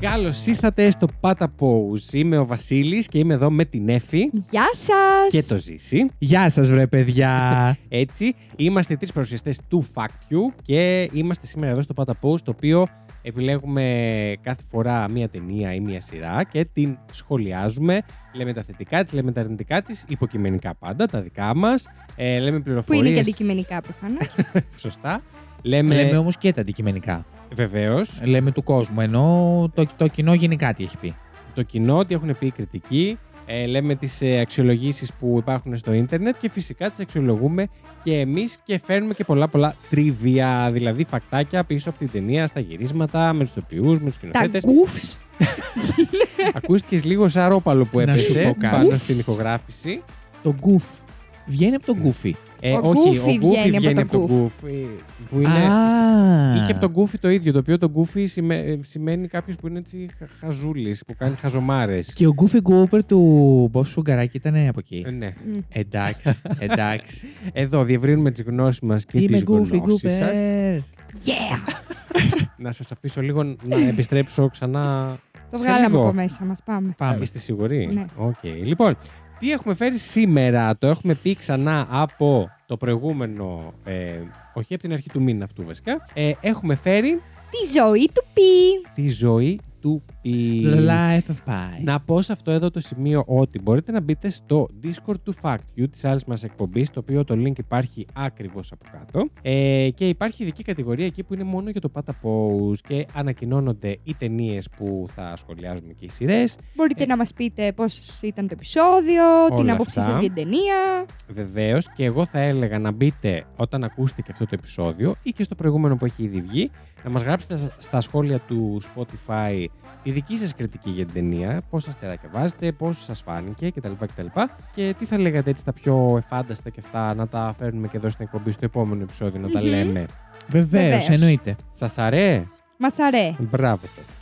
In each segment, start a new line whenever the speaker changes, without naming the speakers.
Καλώς ήρθατε στο Πάτα Pose. Είμαι ο Βασίλης και είμαι εδώ με την Εφη
Γεια σας!
και το Ζήση.
Γεια σας βρε παιδιά.
Έτσι, είμαστε τρεις παρουσιαστές του Fact You και είμαστε σήμερα εδώ στο Πάτα Pose, το οποίο επιλέγουμε κάθε φορά μία ταινία ή μία σειρά και την σχολιάζουμε. Λέμε τα θετικά της, λέμε τα αρνητικά της, υποκειμενικά πάντα, τα δικά μας. Ε, λέμε
Που
πληροφορίε.
είναι και αντικειμενικά προφανώς.
Σωστά. Λέμε.
Λέμε όμως και τα αντικειμενικά.
Βεβαίως.
Λέμε του κόσμου, ενώ το, το κοινό γενικά τι έχει πει.
το κοινό, τι έχουν πει οι κριτικοί, ε, λέμε τις ε, αξιολογήσεις που υπάρχουν στο ίντερνετ και φυσικά τις αξιολογούμε και εμείς και φέρνουμε και πολλά πολλά τρίβια, δηλαδή φακτάκια πίσω από την ταινία, στα γυρίσματα, με τους τοπιούς, με τους
Τα
κοινοθέτες.
γκουφ.
Ακούστηκες λίγο σαν ρόπαλο που
Να σου
έπεσε
πω κάτι.
πάνω
Ουφ.
στην ηχογράφηση.
Το γκουφ. Βγαίνει από τον γκουφι.
Ε,
Ο
όχι,
Goofy
ο Goofy
βγαίνει από
βγαίνει
το
από τον
Goof.
Goofy, που είναι...
Α.
Ή και από τον Goofy το ίδιο, το οποίο τον Goofy σημα- ε, σημαίνει κάποιος που είναι έτσι χα- χαζούλης, που κάνει χαζομάρες.
Και ο γκουφι γκούπερ του Μποb Σουγκαράκη ήταν από εκεί.
Ε, ναι.
Εντάξει, εντάξει.
Εδώ διευρύνουμε τις γνώσεις μας και
Είμαι ε.
τις
γκουφι
γνώσεις
γκούπερ.
σας.
Yeah!
να σας αφήσω λίγο να επιστρέψω ξανά.
Το
Σε
βγάλαμε
λίγο.
από μέσα μας. Πάμε.
Α,
Πάμε.
Είστε σίγουροι.
Ναι.
Οκ. Λοιπόν, τι έχουμε φέρει σήμερα, το έχουμε πει ξανά από το προηγούμενο, ε, όχι από την αρχή του μήνα αυτού βασικά. Ε, έχουμε φέρει
Τη ζωή του πει.
τη ζωή του πι.
The life of Pi.
Να πω σε αυτό εδώ το σημείο ότι μπορείτε να μπείτε στο Discord του Fact You, της άλλης μας εκπομπής, το οποίο το link υπάρχει ακριβώς από κάτω. Ε, και υπάρχει ειδική κατηγορία εκεί που είναι μόνο για το Pata Pose και ανακοινώνονται οι ταινίες που θα σχολιάζουμε και οι σειρές.
Μπορείτε
Ε.
να μας πείτε πώ ήταν το επεισόδιο, την
Όλα
άποψή
αυτά.
σας για την ταινία.
Βεβαίως και εγώ θα έλεγα να μπείτε όταν ακούσετε και αυτό το επεισόδιο ή και στο προηγούμενο που έχει ήδη βγει, να μας γράψετε στα σχόλια του Spotify τη δική σας κριτική για την ταινία, πόσα αστεράκια βάζετε, πόσο σας φάνηκε κτλ. κτλ. Και τι θα λέγατε έτσι τα πιο εφάνταστα και αυτά να τα φέρνουμε και εδώ στην εκπομπή στο επόμενο επεισόδιο να τα
Μμμ.
λέμε.
Βεβαίως,
Βεβαίως.
εννοείται.
Σας αρέ,
Μας αρέ.
μπράβο σας.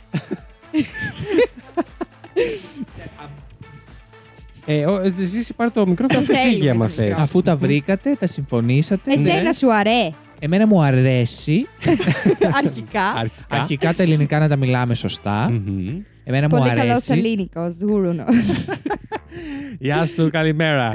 ε, ο, ζήσει πάρε το μικρόφωνο
Το
και φύγει
θέλουμε
άμα
το
θες.
μικρόφωνο.
Αφού τα βρήκατε, τα συμφωνήσατε.
Εσένα
Ναι.
σου αρέ.
Εμένα μου αρέσει.
Αρχικά.
Αρχικά.
Αρχικά τα ελληνικά να τα μιλάμε σωστά.
Μμμ.
Εμένα μου
Πολύ καλό
αρέσει.
ελληνικός γούρουνο.
Γεια σου, καλημέρα.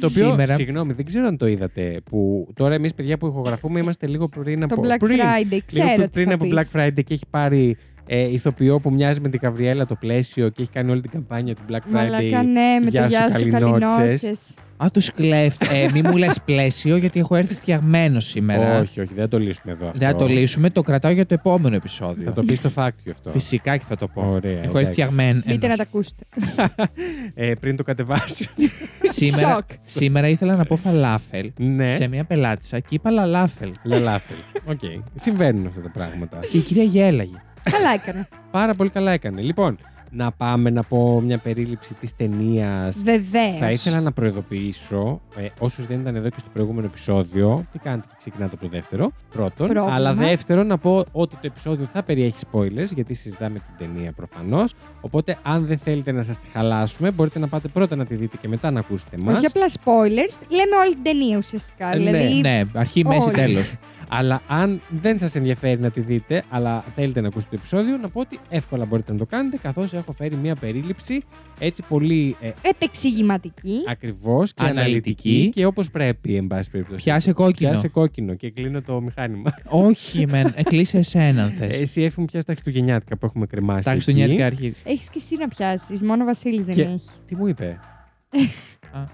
το οποίο,
Σήμερα-
συγγνώμη, δεν ξέρω αν το είδατε, που τώρα εμείς παιδιά που ηχογραφούμε είμαστε λίγο πριν
Το
από...
Black
πριν,
Friday,
λίγο
ξέρω.
πριν,
τι θα
από
πεις.
Black Friday και έχει πάρει ε, ηθοποιό που μοιάζει με την Καβριέλα το πλαίσιο και έχει κάνει όλη την καμπάνια του Black Friday.
Μαλάκα, ναι, με το
Γεια σου,
γεια σου,
καληνότσες.
καληνότσες.
Α, τους κλέφτε. Ε, μη μου λες πλαίσιο, γιατί έχω έρθει φτιαγμένο σήμερα.
Όχι, όχι, δεν θα το λύσουμε εδώ αυτό.
Δεν θα το λύσουμε, το κρατάω για το επόμενο
Θα
επεισόδιο.
το πεις στο φάκτιο αυτό.
Φυσικά και θα το πω.
Ωραία,
έχω έρθει
εντάξει.
φτιαγμένο.
Μπείτε να τα ακούσετε.
Ε, πριν το κατεβάσω.
σήμερα,
Σοκ.
σήμερα ήθελα να πω φαλάφελ
ναι,
σε μια πελάτησα και είπα λαλάφελ.
λαλάφελ. Οκ. Συμβαίνουν αυτά τα πράγματα.
Και η κυρία γέλαγε.
Καλά έκανα.
Πάρα πολύ καλά έκανε. Λοιπόν, να πάμε να πω μια περίληψη της ταινίας.
Βεβαίως.
Θα ήθελα να προειδοποιήσω ε, όσους δεν ήταν εδώ και στο προηγούμενο επεισόδιο. Τι κάνετε και ξεκινάτε από το δεύτερο. Πρώτον.
Πρόβλημα.
Αλλά δεύτερον, να πω ότι το επεισόδιο θα περιέχει spoilers, γιατί συζητάμε την ταινία προφανώς. Οπότε, αν δεν θέλετε να σας τη χαλάσουμε, μπορείτε να πάτε πρώτα να τη δείτε και μετά να ακούσετε μα.
Όχι απλά spoilers, λέμε όλη την ταινία ουσιαστικά.
Ε,
δηλαδή,
ναι, αρχή, μέση,
όλοι.
τέλος.
Αλλά αν δεν σας ενδιαφέρει να τη δείτε, αλλά θέλετε να ακούσετε το επεισόδιο, να πω ότι εύκολα μπορείτε να το κάνετε, καθώς έχω φέρει μια περίληψη έτσι πολύ ε,
επεξηγηματική.
Ακριβώς και αναλυτική.
Αναλυτική.
και όπως πρέπει, εν πάση περιπτώσει.
Πιάσε κόκκινο.
Πιάσε κόκκινο και κλείνω το μηχάνημα. Ε,
Όχι, μεν. ε, Κλείσε εσένα, αν θες.
Εσύ έφυγε πια στα Χριστουγεννιάτικα που έχουμε κρεμάσει.
Εντάξει, του
εκεί.
νιώθει αρχή.
Έχεις και εσύ να πιάσεις. Μόνο ο Βασίλης δεν
Και-
έχει.
Τι μου είπε.
Α.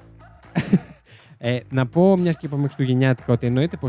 ε, να πω, μιας και είπαμε Χριστουγεννιάτικα, ότι εννοείται πως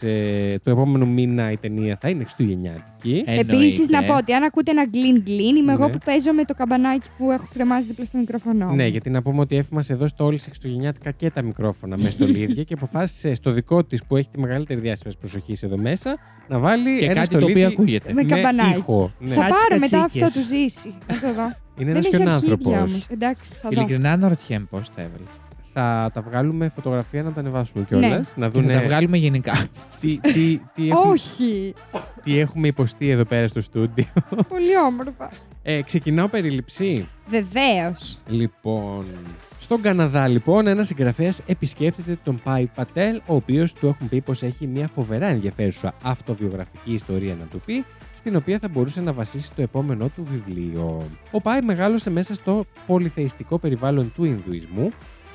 ε, του επόμενου μήνα η ταινία θα είναι Χριστουγεννιάτικη.
Ε,
Επίσης, να πω ότι αν ακούτε ένα γκλίν γκλίν, είμαι εγώ
Ναι.
που παίζω με το καμπανάκι που έχω κρεμάσει δίπλα στο μικρόφωνο. μου.
Ναι, γιατί να πούμε ότι έφυγε μας εδώ στο όλη Χριστουγεννιάτικα και τα μικρόφωνα μέσα στο Λίδια και αποφάσισε στο δικό της που έχει τη μεγαλύτερη διάσταση προσοχής εδώ μέσα να βάλει
Και
ένα
κάτι το
στολίδι
οποίο ακούγεται.
Με καμπανάκι.
ήχο. Ναι.
Θα
Σαν τις
πάρω μετά αυτό
κατσίκες.
του ζήσει. Να το δω.
Είναι
δεν
ένα
έχει
και άνθρωπο.
αρχίδια όμως. Εντάξει, θα δω.
Ειλικρινά αναρωτιέμαι πώ τα έβαλες.
Θα τα βγάλουμε φωτογραφία να τα ανεβάσουμε κιόλα.
Ναι.
Να
Και
δουν
θα τα βγάλουμε γενικά.
τι, τι, τι, έχουμε,
Όχι.
τι έχουμε υποστεί εδώ πέρα στο στούντιο.
Πολύ όμορφα.
Ε, ξεκινάω περίληψη.
Βεβαίως.
Λοιπόν. Στον Καναδά, λοιπόν, ένας συγγραφέας επισκέπτεται τον Πάι Πατέλ, ο οποίος του έχουν πει πως έχει μια φοβερά ενδιαφέρουσα αυτοβιογραφική ιστορία να του πει, στην οποία θα μπορούσε να βασίσει το επόμενό του βιβλίο. Ο Πάι μεγάλωσε μέσα στο πολυθεϊστικό περιβάλλον του Ινδουισμού.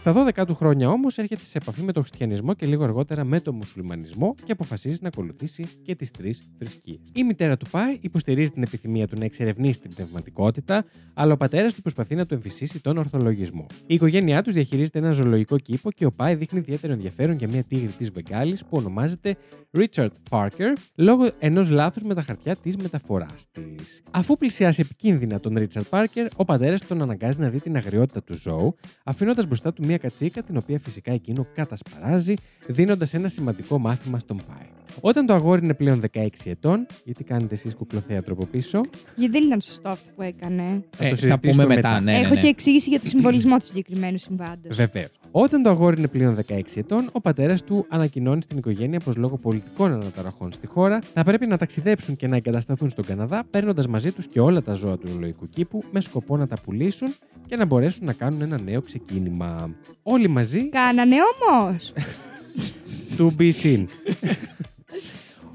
Στα 12 του χρόνια όμως έρχεται σε επαφή με τον χριστιανισμό και λίγο αργότερα με τον μουσουλμανισμό και αποφασίζει να ακολουθήσει και τις τρεις θρησκείες. Η μητέρα του Πάι υποστηρίζει την επιθυμία του να εξερευνήσει την πνευματικότητα, αλλά ο πατέρας του προσπαθεί να του εμφυσίσει τον ορθολογισμό. Η οικογένειά τους διαχειρίζεται ένα ζωολογικό κήπο και ο Πάι δείχνει ιδιαίτερο ενδιαφέρον για μια τίγρη της Βεγγάλης που ονομάζεται Richard Parker λόγω ενός λάθους με τα χαρτιά της μεταφοράς της. Αφού πλησιάσει επικίνδυνα τον Richard Parker, ο πατέρας τον αναγκάζει να δει την αγριότητα του ζώου, αφήνοντας μπροστά του μια κατσίκα την οποία φυσικά εκείνο κατασπαράζει, δίνοντας ένα σημαντικό μάθημα στον Πάι. Όταν το αγόρι είναι πλέον 16 ετών, γιατί κάνετε εσείς κουκλοθέατρο από πίσω,
Γιατί δεν ήταν σωστό αυτό που έκανε.
θα
Ε,
το
θα
συζητήσουμε
πούμε μετά,
μετά.
ναι. ναι,
Έχω
ναι.
και εξήγηση για το συμβολισμό του συγκεκριμένου συμβάντος.
Βεβαίως. Όταν το αγόρι είναι πλέον 16 ετών, ο πατέρας του ανακοινώνει στην οικογένεια πως λόγω πολιτικών αναταραχών στη χώρα θα πρέπει να ταξιδέψουν και να εγκατασταθούν στον Καναδά, παίρνοντας μαζί τους και όλα τα ζώα του ζωολογικού κήπου με σκοπό να τα πουλήσουν και να μπορέσουν να κάνουν ένα νέο ξεκίνημα. Όλοι μαζί
Κάνανε όμως.
του be seen.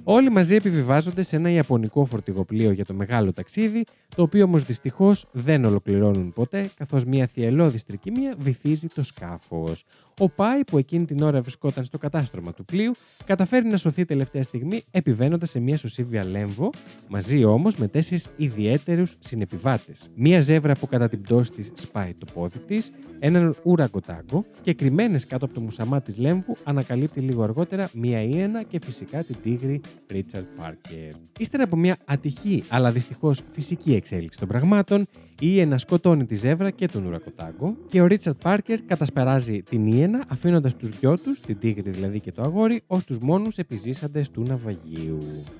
Όλοι μαζί επιβιβάζονται σε ένα ιαπωνικό φορτηγοπλοίο για το μεγάλο ταξίδι, το οποίο όμως δυστυχώς δεν ολοκληρώνουν ποτέ, καθώς μια θυελώδη τρικυμία βυθίζει το σκάφος. Ο Πάι, που εκείνη την ώρα βρισκόταν στο κατάστρωμα του πλοίου, καταφέρει να σωθεί τελευταία στιγμή επιβαίνοντας σε μια σωσίβια λέμβο, μαζί όμως με τέσσερις ιδιαίτερους συνεπιβάτες. Μια ζεύρα που κατά την πτώση της σπάει το πόδι της, έναν ουραγκοτάγκο και κρυμμένες κάτω από το μουσαμά της Λέμβου ανακαλύπτει λίγο αργότερα μία ίενα και φυσικά την τίγρη Ρίτσαρντ Πάρκερ. Ύστερα από μια ατυχή αλλά δυστυχώς φυσική εξέλιξη των πραγμάτων, η ίενα σκοτώνει τη ζεύρα και τον ουρακοτάγκο και ο Ρίτσαρντ Πάρκερ κατασπαράζει την ίενα αφήνοντας τους δυο τους, την τίγρη δηλαδή και το αγόρι, ως τους μόνους επιζήσαντες του ναυαγίου.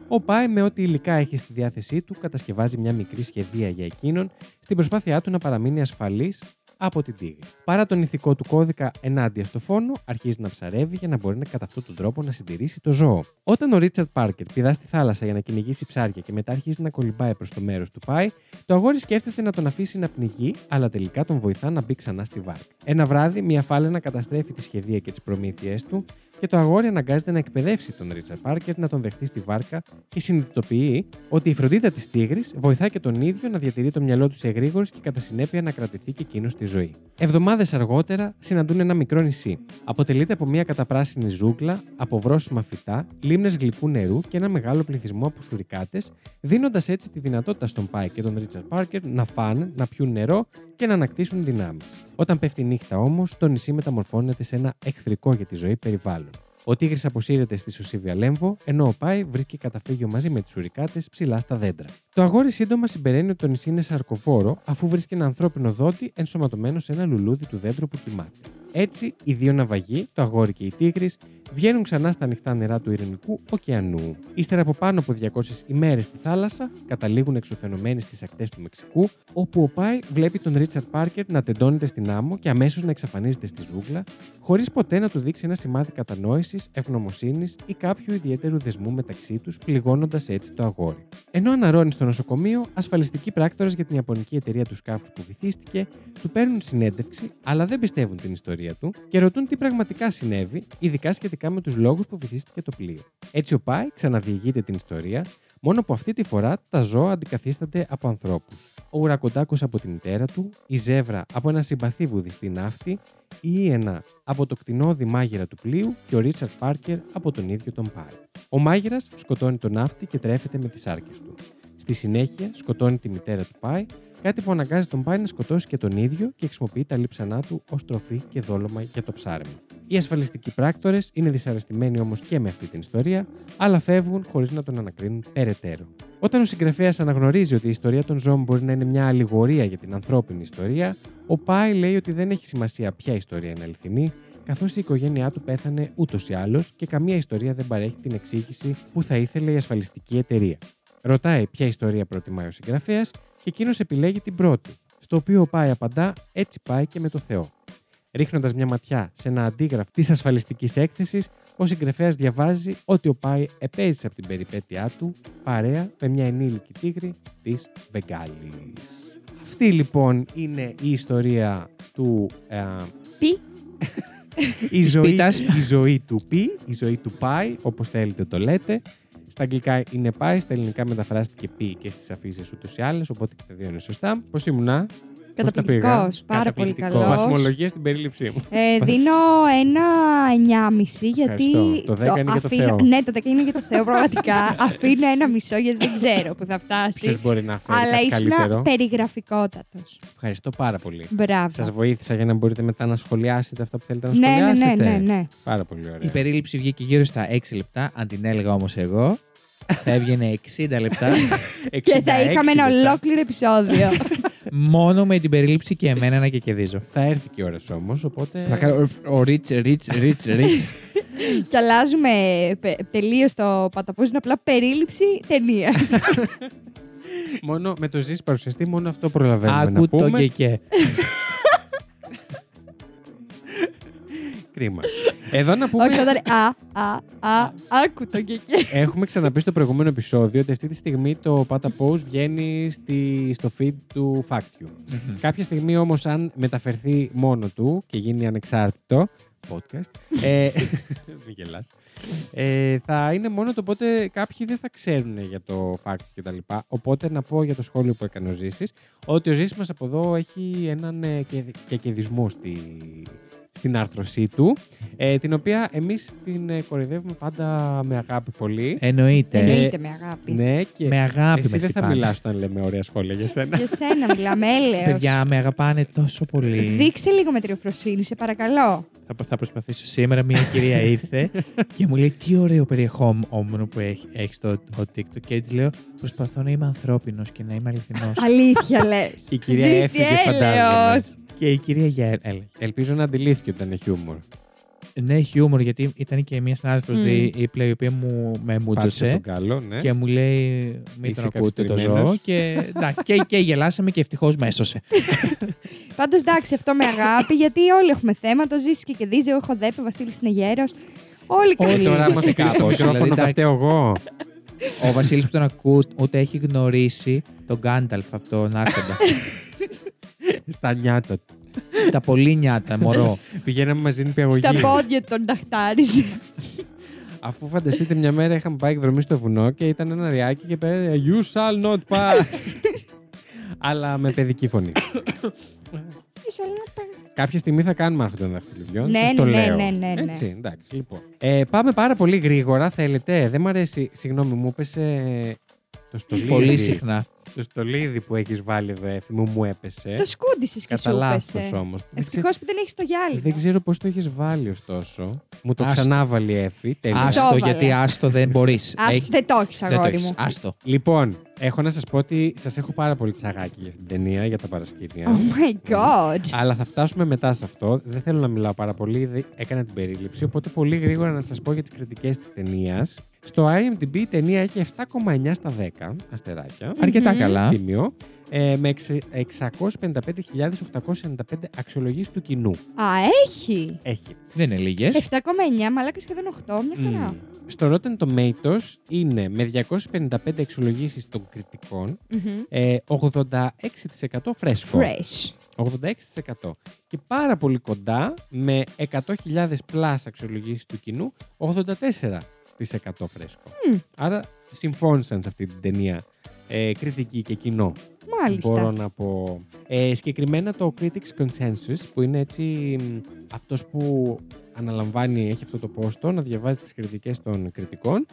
Ο Πάι με ό,τι υλικά έχει στη διάθεσή του κατασκευάζει μια μικρή σχεδία για εκείνον στην προσπάθειά του να παραμείνει ασφαλής από την τίγρη. Παρά τον ηθικό του κώδικα ενάντια στο φόνο, αρχίζει να ψαρεύει για να μπορεί να κατά αυτόν τον τρόπο να συντηρήσει το ζώο. Όταν ο Ρίτσαρτ Πάρκερ πηδά στη θάλασσα για να κυνηγήσει ψάρια και μετά αρχίζει να κολυμπάει προς το μέρος του Πάι, το αγόρι σκέφτεται να τον αφήσει να πνιγεί, αλλά τελικά τον βοηθά να μπει ξανά στη βάρκα. Ένα βράδυ, μια φάλαινα καταστρέφει τη σχεδία και τις προμήθειές του και το αγόρι αναγκάζεται να εκπαιδεύσει τον Ρίτσαρτ Πάρκερ να τον δεχτεί στη βάρκα και συνειδητοποιεί ότι η φροντίδα της τίγρης βοηθά και τον ίδιο να διατηρεί το μυαλό του σε γρήγορη και κατά συνέπεια να κρατηθεί και εκείνος στη ζωή. Εβδομάδες αργότερα συναντούν ένα μικρό νησί. Αποτελείται από μια καταπράσινη ζούγκλα, από βρόσιμα φυτά, λίμνες γλυκού νερού και ένα μεγάλο πληθυσμό από σουρικάτες, δίνοντας έτσι τη δυνατότητα στον Πάι και τον Ρίτσαρτ Πάρκερ να φάνε, να πιούν νερό και να ανακτήσουν δυνάμεις. Όταν πέφτει η νύχτα όμως, το νησί μεταμορφώνεται σε ένα εχθρικό για τη ζωή περιβάλλον. Ο τίγρης αποσύρεται στη Σωσίβια Λέμβο, ενώ ο Πάι βρίσκει καταφύγιο μαζί με τις ουρικάτες ψηλά στα δέντρα. Το αγόρι σύντομα συμπεραίνει ότι το νησί είναι σαρκοφόρο, αφού βρίσκει ένα ανθρώπινο δόντι ενσωματωμένο σε ένα λουλούδι του δέντρου που κοιμάται. Έτσι, οι δύο ναυαγοί, το αγόρι και η τίγρης, βγαίνουν ξανά στα ανοιχτά νερά του Ειρηνικού ωκεανού. Ύστερα από πάνω από 200 ημέρες στη θάλασσα, καταλήγουν εξουθενωμένοι στις ακτές του Μεξικού, όπου ο Πάι βλέπει τον Ρίτσαρτ Πάρκερ να τεντώνεται στην άμμο και αμέσως να εξαφανίζεται στη ζούγκλα, χωρίς ποτέ να του δείξει ένα σημάδι κατανόησης, ευγνωμοσύνης ή κάποιου ιδιαίτερου δεσμού μεταξύ τους, πληγώνοντας έτσι το αγόρι. Ενώ αναρώνει στο νοσοκομείο, ασφαλιστικοί πράκτορες για την Ιαπωνική εταιρεία του σκάφους που βυθίστηκε του παίρνουν συνέντευξη, αλλά δεν πιστεύουν την ιστορία του και ρωτούν τι πραγματικά συνέβη, ειδικά σχετικά με τους λόγους που βυθίστηκε το πλοίο. Έτσι, ο Πάι ξαναδιηγείται την ιστορία, μόνο που αυτή τη φορά τα ζώα αντικαθίστανται από ανθρώπους. Ο ουρακοντάκος από τη μητέρα του, η ζεύρα από ένα συμπαθή βουδιστή ναύτη, η Ιένα από το κτηνόδη μάγειρα του πλοίου και ο Ρίτσαρτ Πάρκερ από τον ίδιο τον Πάι. Ο μάγειρας σκοτώνει τον ναύτη και τρέφεται με τις άρκε του. Στη συνέχεια σκοτώνει τη μητέρα του Πάι, κάτι που αναγκάζει τον Πάι να σκοτώσει και τον ίδιο και χρησιμοποιεί τα λείψανά του ως τροφή και δόλωμα για το ψάρεμα. Οι ασφαλιστικοί πράκτορες είναι δυσαρεστημένοι όμως και με αυτή την ιστορία, αλλά φεύγουν χωρίς να τον ανακρίνουν περαιτέρω. Όταν ο συγγραφέας αναγνωρίζει ότι η ιστορία των ζώων μπορεί να είναι μια αλληγορία για την ανθρώπινη ιστορία, ο Πάι λέει ότι δεν έχει σημασία ποια ιστορία είναι αληθινή, καθώς η οικογένειά του πέθανε ούτως ή άλλως και καμία ιστορία δεν παρέχει την εξήγηση που θα ήθελε η ασφαλιστική εταιρεία. Ρωτάει ποια ιστορία προτιμάει ο συγγραφέας και εκείνος επιλέγει την πρώτη, στο οποίο ο Πάι απαντά έτσι πάει και με το Θεό. Ρίχνοντας μια ματιά σε ένα αντίγραφο της ασφαλιστικής έκθεσης, ο συγγραφέας διαβάζει ότι ο Πάι επέζησε από την περιπέτειά του παρέα με μια ενήλικη τίγρη της Βεγγάλης. Αυτή λοιπόν είναι η ιστορία του. ε,
Πι.
η, ζωή,
πίτας.
η ζωή του Πι, η ζωή του Πάι, όπως θέλετε το λέτε. Στα αγγλικά είναι πάει, στα ελληνικά μεταφράστηκε πει και στις αφήσεις ούτως ή άλλες, οπότε και τα δύο είναι σωστά. Πώς ήμουνα,
Καταπληκτικός. Πάρα πολύ
Καταπληκτικό.
καλός.
Βαθμολογία στην περίληψή μου.
Ε, δίνω ένα 9,5 γιατί.
Ευχαριστώ. Το 10 είναι για το Θεό.
Ναι, το 10 είναι για το Θεό, πραγματικά. αφήνω ένα μισό γιατί δεν ξέρω που
Ποιο
θα φτάσει.
μπορεί να φέρει
αλλά
κάτι
ήσουν
καλύτερο.
περιγραφικότατος.
Ευχαριστώ πάρα πολύ.
Μπράβο.
Σας βοήθησα για να μπορείτε μετά να σχολιάσετε αυτά που θέλετε να
Ναι, ναι, ναι,
σχολιάσετε.
ναι, ναι.
Πάρα πολύ ωραία.
Η περίληψη βγήκε γύρω στα 6 λεπτά. Αν την έλεγα όμως εγώ, θα έβγαινε 60 λεπτά.
Και θα
66
είχαμε ένα
λεπτά.
ολόκληρο επεισόδιο.
μόνο με την περίληψη και εμένα να και κερδίζω.
Θα έρθει και η ώρα όμως, οπότε.
Θα κάνω ο Ρίτ, Ρίτ, Ρίτ, Ρίτ.
και αλλάζουμε τελείως το παταπούζι, είναι απλά περίληψη ταινίας.
Μόνο με το ζήσει παρουσιαστή, μόνο αυτό προλαβαίνουμε
Άκου
να
το
πούμε.
και και.
Κρίμα. Εδώ να πούμε.
Όχι, θα ήταν. Α, α, α, άκου το και εκεί.
Έχουμε ξαναπεί στο προηγούμενο επεισόδιο ότι αυτή τη στιγμή το Pata Post βγαίνει στη, στο feed του Fact You. Κάποια στιγμή όμως, αν μεταφερθεί μόνο του και γίνει ανεξάρτητο podcast. ε, μην γελάς. Ε, θα είναι μόνο το οπότε κάποιοι δεν θα ξέρουν για το fact και τα λοιπά. Οπότε να πω για το σχόλιο που έκανε ο Ζήσης, ότι ο Ζήσης μας από εδώ έχει έναν ε, και, κεκεδισμό στη, στην άρθρωσή του, ε, την οποία εμείς την ε, κοροϊδεύουμε πάντα με αγάπη πολύ.
Εννοείται.
Εννοείται Ε, με αγάπη.
Ε, ναι, και
Με αγάπη
εσύ
με
δεν θα
χτυπάνε.
μιλάς όταν λέμε ωραία σχόλια για σένα.
Για σένα μιλάμε, έλεος.
Παιδιά, με αγαπάνε τόσο πολύ.
Δείξε λίγο μετριοφροσύνη, σε παρακαλώ.
θα, θα προσπαθήσω σήμερα. Μια κυρία ήρθε και μου λέει τι ωραίο περιεχόμενο που έχει έχεις στο το TikTok. Και έτσι λέω: Προσπαθώ να είμαι ανθρώπινος και να είμαι αληθινός.
Αλήθεια λες.
Η κυρία έφυγε, φαντάζομαι.
και η κυρία Γερ έλεγε.
Ελπίζω να αντιλήθηκε ότι ήταν χιούμορ.
Ναι, χιούμορ, γιατί ήταν και μια συνάδελφος
Μμμ.
mm. δίπλα η οποία μου με
Πάτησε
μούτζωσε
τον καλό, ναι.
και μου λέει: Μην
Είσαι
τον ακούτε το
καθυστερημένος».
ζώο. Και, να, και, και γελάσαμε και ευτυχώς με έσωσε.
Πάντως εντάξει, αυτό με αγάπη, γιατί όλοι έχουμε θέμα. Το ζήσει και κερδίζει. Εγώ έχω δέπε, Βασίλης είναι γέρος. Όλοι
Όλοι
Ε,
καλοί.
Τώρα
είμαστε
μας κλείσει το
κάπως,
μικρόφωνο,
δηλαδή,
θα
εντάξει.
φταίω εγώ.
Ο Βασίλης που τον ακούει ούτε έχει γνωρίσει τον Γκάνταλφ από τον Άρχοντα.
Στα νιάτα του.
Στα πολύ νιάτα, μωρό.
Πηγαίναμε μαζί νηπιαγωγή.
Στα πόδια τον ταχτάριζε.
Αφού φανταστείτε, μια μέρα είχαμε πάει εκδρομή στο βουνό και ήταν ένα ριάκι και πέρα You shall not pass. Αλλά με παιδική φωνή.
Ίσως όλα να πάνε.
Κάποια στιγμή θα κάνουμε άρχοντα των δαχτυλιδιών.
Ναι,
σας το
ναι, ναι,
λέω.
ναι, ναι, ναι.
Έτσι, εντάξει, λοιπόν. Ε, πάμε πάρα πολύ γρήγορα, θέλετε. Δεν μ' αρέσει. Συγγνώμη, μου έπεσε. Το στολίδι,
πολύ συχνά.
το στολίδι που έχεις βάλει εδώ, Έφη μου, μου έπεσε.
Το σκούντισες και
Ε, Κατά
σου
λάθο
πέσε.
όμω.
Ευτυχώ που δεν έχεις το γυάλι.
Δεν ξέρω πώς το έχεις βάλει ωστόσο. Μου το
Άστο.
ξανάβαλε η Εφη. τέλεια.
Άστο.
Άστο,
έβαλε.
γιατί άστο δεν μπορείς.
Α δεν το έχεις,
Δεν το
αγόρι
έχεις.
μου.
Άστο.
Λοιπόν, έχω να σας πω ότι σας έχω πάρα πολύ τσαγάκι για αυτή την ταινία, για τα
Oh
παρασκήνια.
my god.
Αλλά θα φτάσουμε μετά σε αυτό. Δεν θέλω να μιλάω πάρα πολύ. δεν- Έκανα την περίληψη. Οπότε πολύ γρήγορα να σας πω για τις κριτικές της ταινίας. Στο IMDb η ταινία έχει 7,9 στα 10 αστεράκια.
Μμμ.
Αρκετά
Μμμ.
καλά.
Τίμιο. Ε, με εξε- 655.895 αξιολογήσεις του κοινού.
Α, έχει.
Έχει.
Δεν είναι λίγες.
7,9, μαλάκα σχεδόν 8, μια χαρά.
Μμμ. Στο Rotten Tomatoes είναι με 255 εξολογήσεις των κριτικών,
Μμμ.
ε, 86% φρέσκο.
Fresh.
86%. Και πάρα πολύ κοντά με 100.000 plus αξιολογήσεις του κοινού, 84% φρέσκο.
Μμ.
Άρα συμφώνησαν σε αυτή την ταινία ε, κριτική και κοινό. Μπορώ
Μάλιστα.
να πω. Ε, συγκεκριμένα το Critics Consensus, που είναι έτσι μ, αυτός που αναλαμβάνει, έχει αυτό το πόστο, να διαβάζει τις κριτικές των κριτικών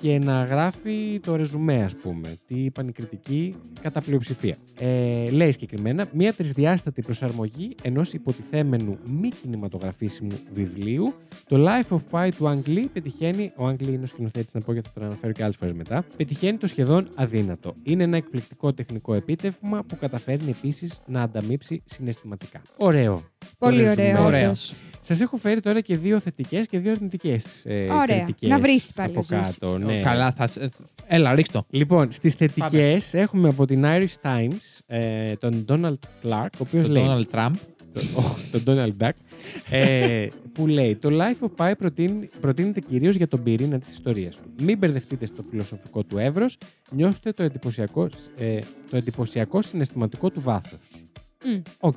και να γράφει το ρεζουμέ, ας πούμε, τι είπαν οι κριτικοί κατά πλειοψηφία. Ε, λέει συγκεκριμένα, μία τρισδιάστατη προσαρμογή ενός υποτιθέμενου μη κινηματογραφήσιμου βιβλίου το Life of Pi του Αγγλί πετυχαίνει. Ο Αγγλί είναι ο σκηνοθέτης, να πω γιατί θα τον αναφέρω και άλλες φορές μετά. Πετυχαίνει το σχεδόν αδύνατο. Είναι ένα εκπληκτικό τεχνικό επίτευγμα που καταφέρνει επίσης να ανταμείψει συναισθηματικά. Ωραίο.
Πολύ ωραίο.
Ρεζουμέ.
Ωραίο.
όντως.
Σας έχω φέρει τώρα και δύο θετικές και δύο αρνητικές ε,
Ωραία.
κριτικές
Να βρεις πάλι
από
ο Ζήσης.
κάτω. Ναι.
Καλά, θα. ε, Έλα, ρίχτω.
Λοιπόν, στις θετικές έχουμε από την Irish Times ε, τον Donald Clark, ο οποίος
Τον
λέει.
Donald Τραμπ.
τον Donald Duck, ε, που λέει «Το Life of Pi προτείνει- προτείνεται κυρίως για τον πυρήνα της ιστορίας του. Μην μπερδευτείτε στο φιλοσοφικό του εύρος, νιώστε το εντυπωσιακό, ε, το εντυπωσιακό συναισθηματικό του βάθος».
Μμ.
Οκ.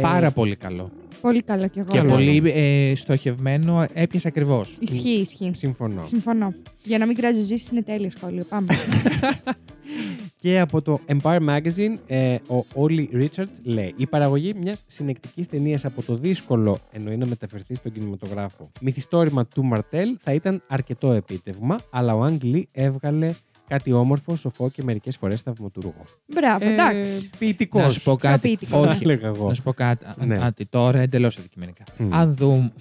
Πάρα πολύ καλό.
Πολύ καλό κι εγώ. Ναι.
Και
Καλό.
πολύ ε, στοχευμένο, έπιασε ακριβώς.
Ισχύει, ισχύει.
Συμφωνώ.
Συμφωνώ. Για να μην κραζοζήσεις είναι τέλειο σχόλιο. Πάμε.
Και από το Empire Magazine, ε, ο Όλι Richards λέει: Η παραγωγή μιας συνεκτικής ταινίας από το δύσκολο εννοεί να μεταφερθεί στον κινηματογράφο. Μυθιστόρημα του Μαρτέλ θα ήταν αρκετό επίτευγμα, αλλά ο Άγγλι έβγαλε κάτι όμορφο, σοφό και μερικές φορές θαυματουργό.
Μπράβο,
Ε,
εντάξει.
Ποιητικός.
Να σου πω κάτι.
Ποιητικός.
Ε, Θα
Όχι.
έλεγα εγώ.
Να σου πω κάτι. Α-
Ναι.
Άντι, τώρα εντελώς αντικειμενικά.
Μμ.
Αν δούμε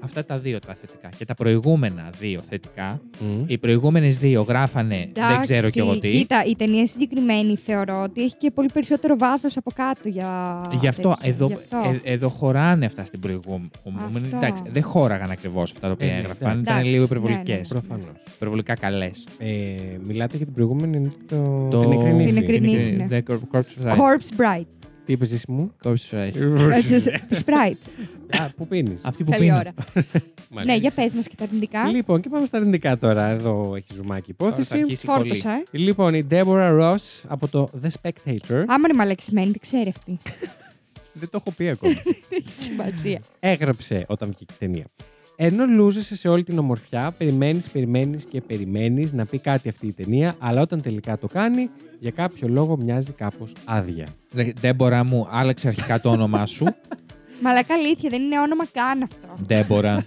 αυτά τα δύο τα θετικά και τα προηγούμενα δύο θετικά,
Μμ.
οι προηγούμενες δύο γράφανε ναι, δεν ξέρω κι εγώ τι.
Εντάξει, Κοίτα, η ταινία συγκεκριμένη θεωρώ ότι έχει και πολύ περισσότερο βάθος από κάτω για.
Γι' αυτό,
τέτοιο.
εδώ,
Γι' αυτό.
ε- εδώ χωράνε αυτά στην προηγούμενη.
Αυτό.
Εντάξει, δεν χώραγαν ακριβώς αυτά τα οποία
Ε,
έγραφαν.
εντάξει.
Ήταν λίγο υπερβολικές.
Ναι, ναι.
Προφανώς.
Υπερβολικά καλές.
Ε, μιλάτε για την προηγούμενη, είναι το... την εκρινή.
Την
ύφη.
εκρινή. ύφη, ναι.
The Cor- Corpse Bride.
Corpse Bride.
Τι είπες εσύ μου.
Corpse Bride.
Της Bride.
Α, πού πίνεις.
Αυτή που
Καλή
πίνει.
ώρα. Ναι, για πες μας και τα αρνητικά.
Λοιπόν, και πάμε στα αρνητικά τώρα. Εδώ έχει ζουμάκι
Τώρα θα
υπόθεση.
αρχίσει η
Φόρτωσα, ε.
Λοιπόν, η Deborah Ross από το The Spectator.
Άμα είναι μαλακισμένη, τη ξέρει αυτή.
Δεν το έχω πει ακόμα.
Έχει σημασία.
Έγραψε όταν βγήκε η ταινία. Ενώ λούζεσαι σε όλη την ομορφιά, περιμένεις, περιμένεις και περιμένεις να πει κάτι αυτή η ταινία, αλλά όταν τελικά το κάνει, για κάποιο λόγο μοιάζει κάπως άδεια.
κόλλη. Ντέμπορα μου, άλλαξε αρχικά το όνομά σου.
Μαλακά αλήθεια, δεν είναι όνομα καν αυτό.
Ντέμπορα.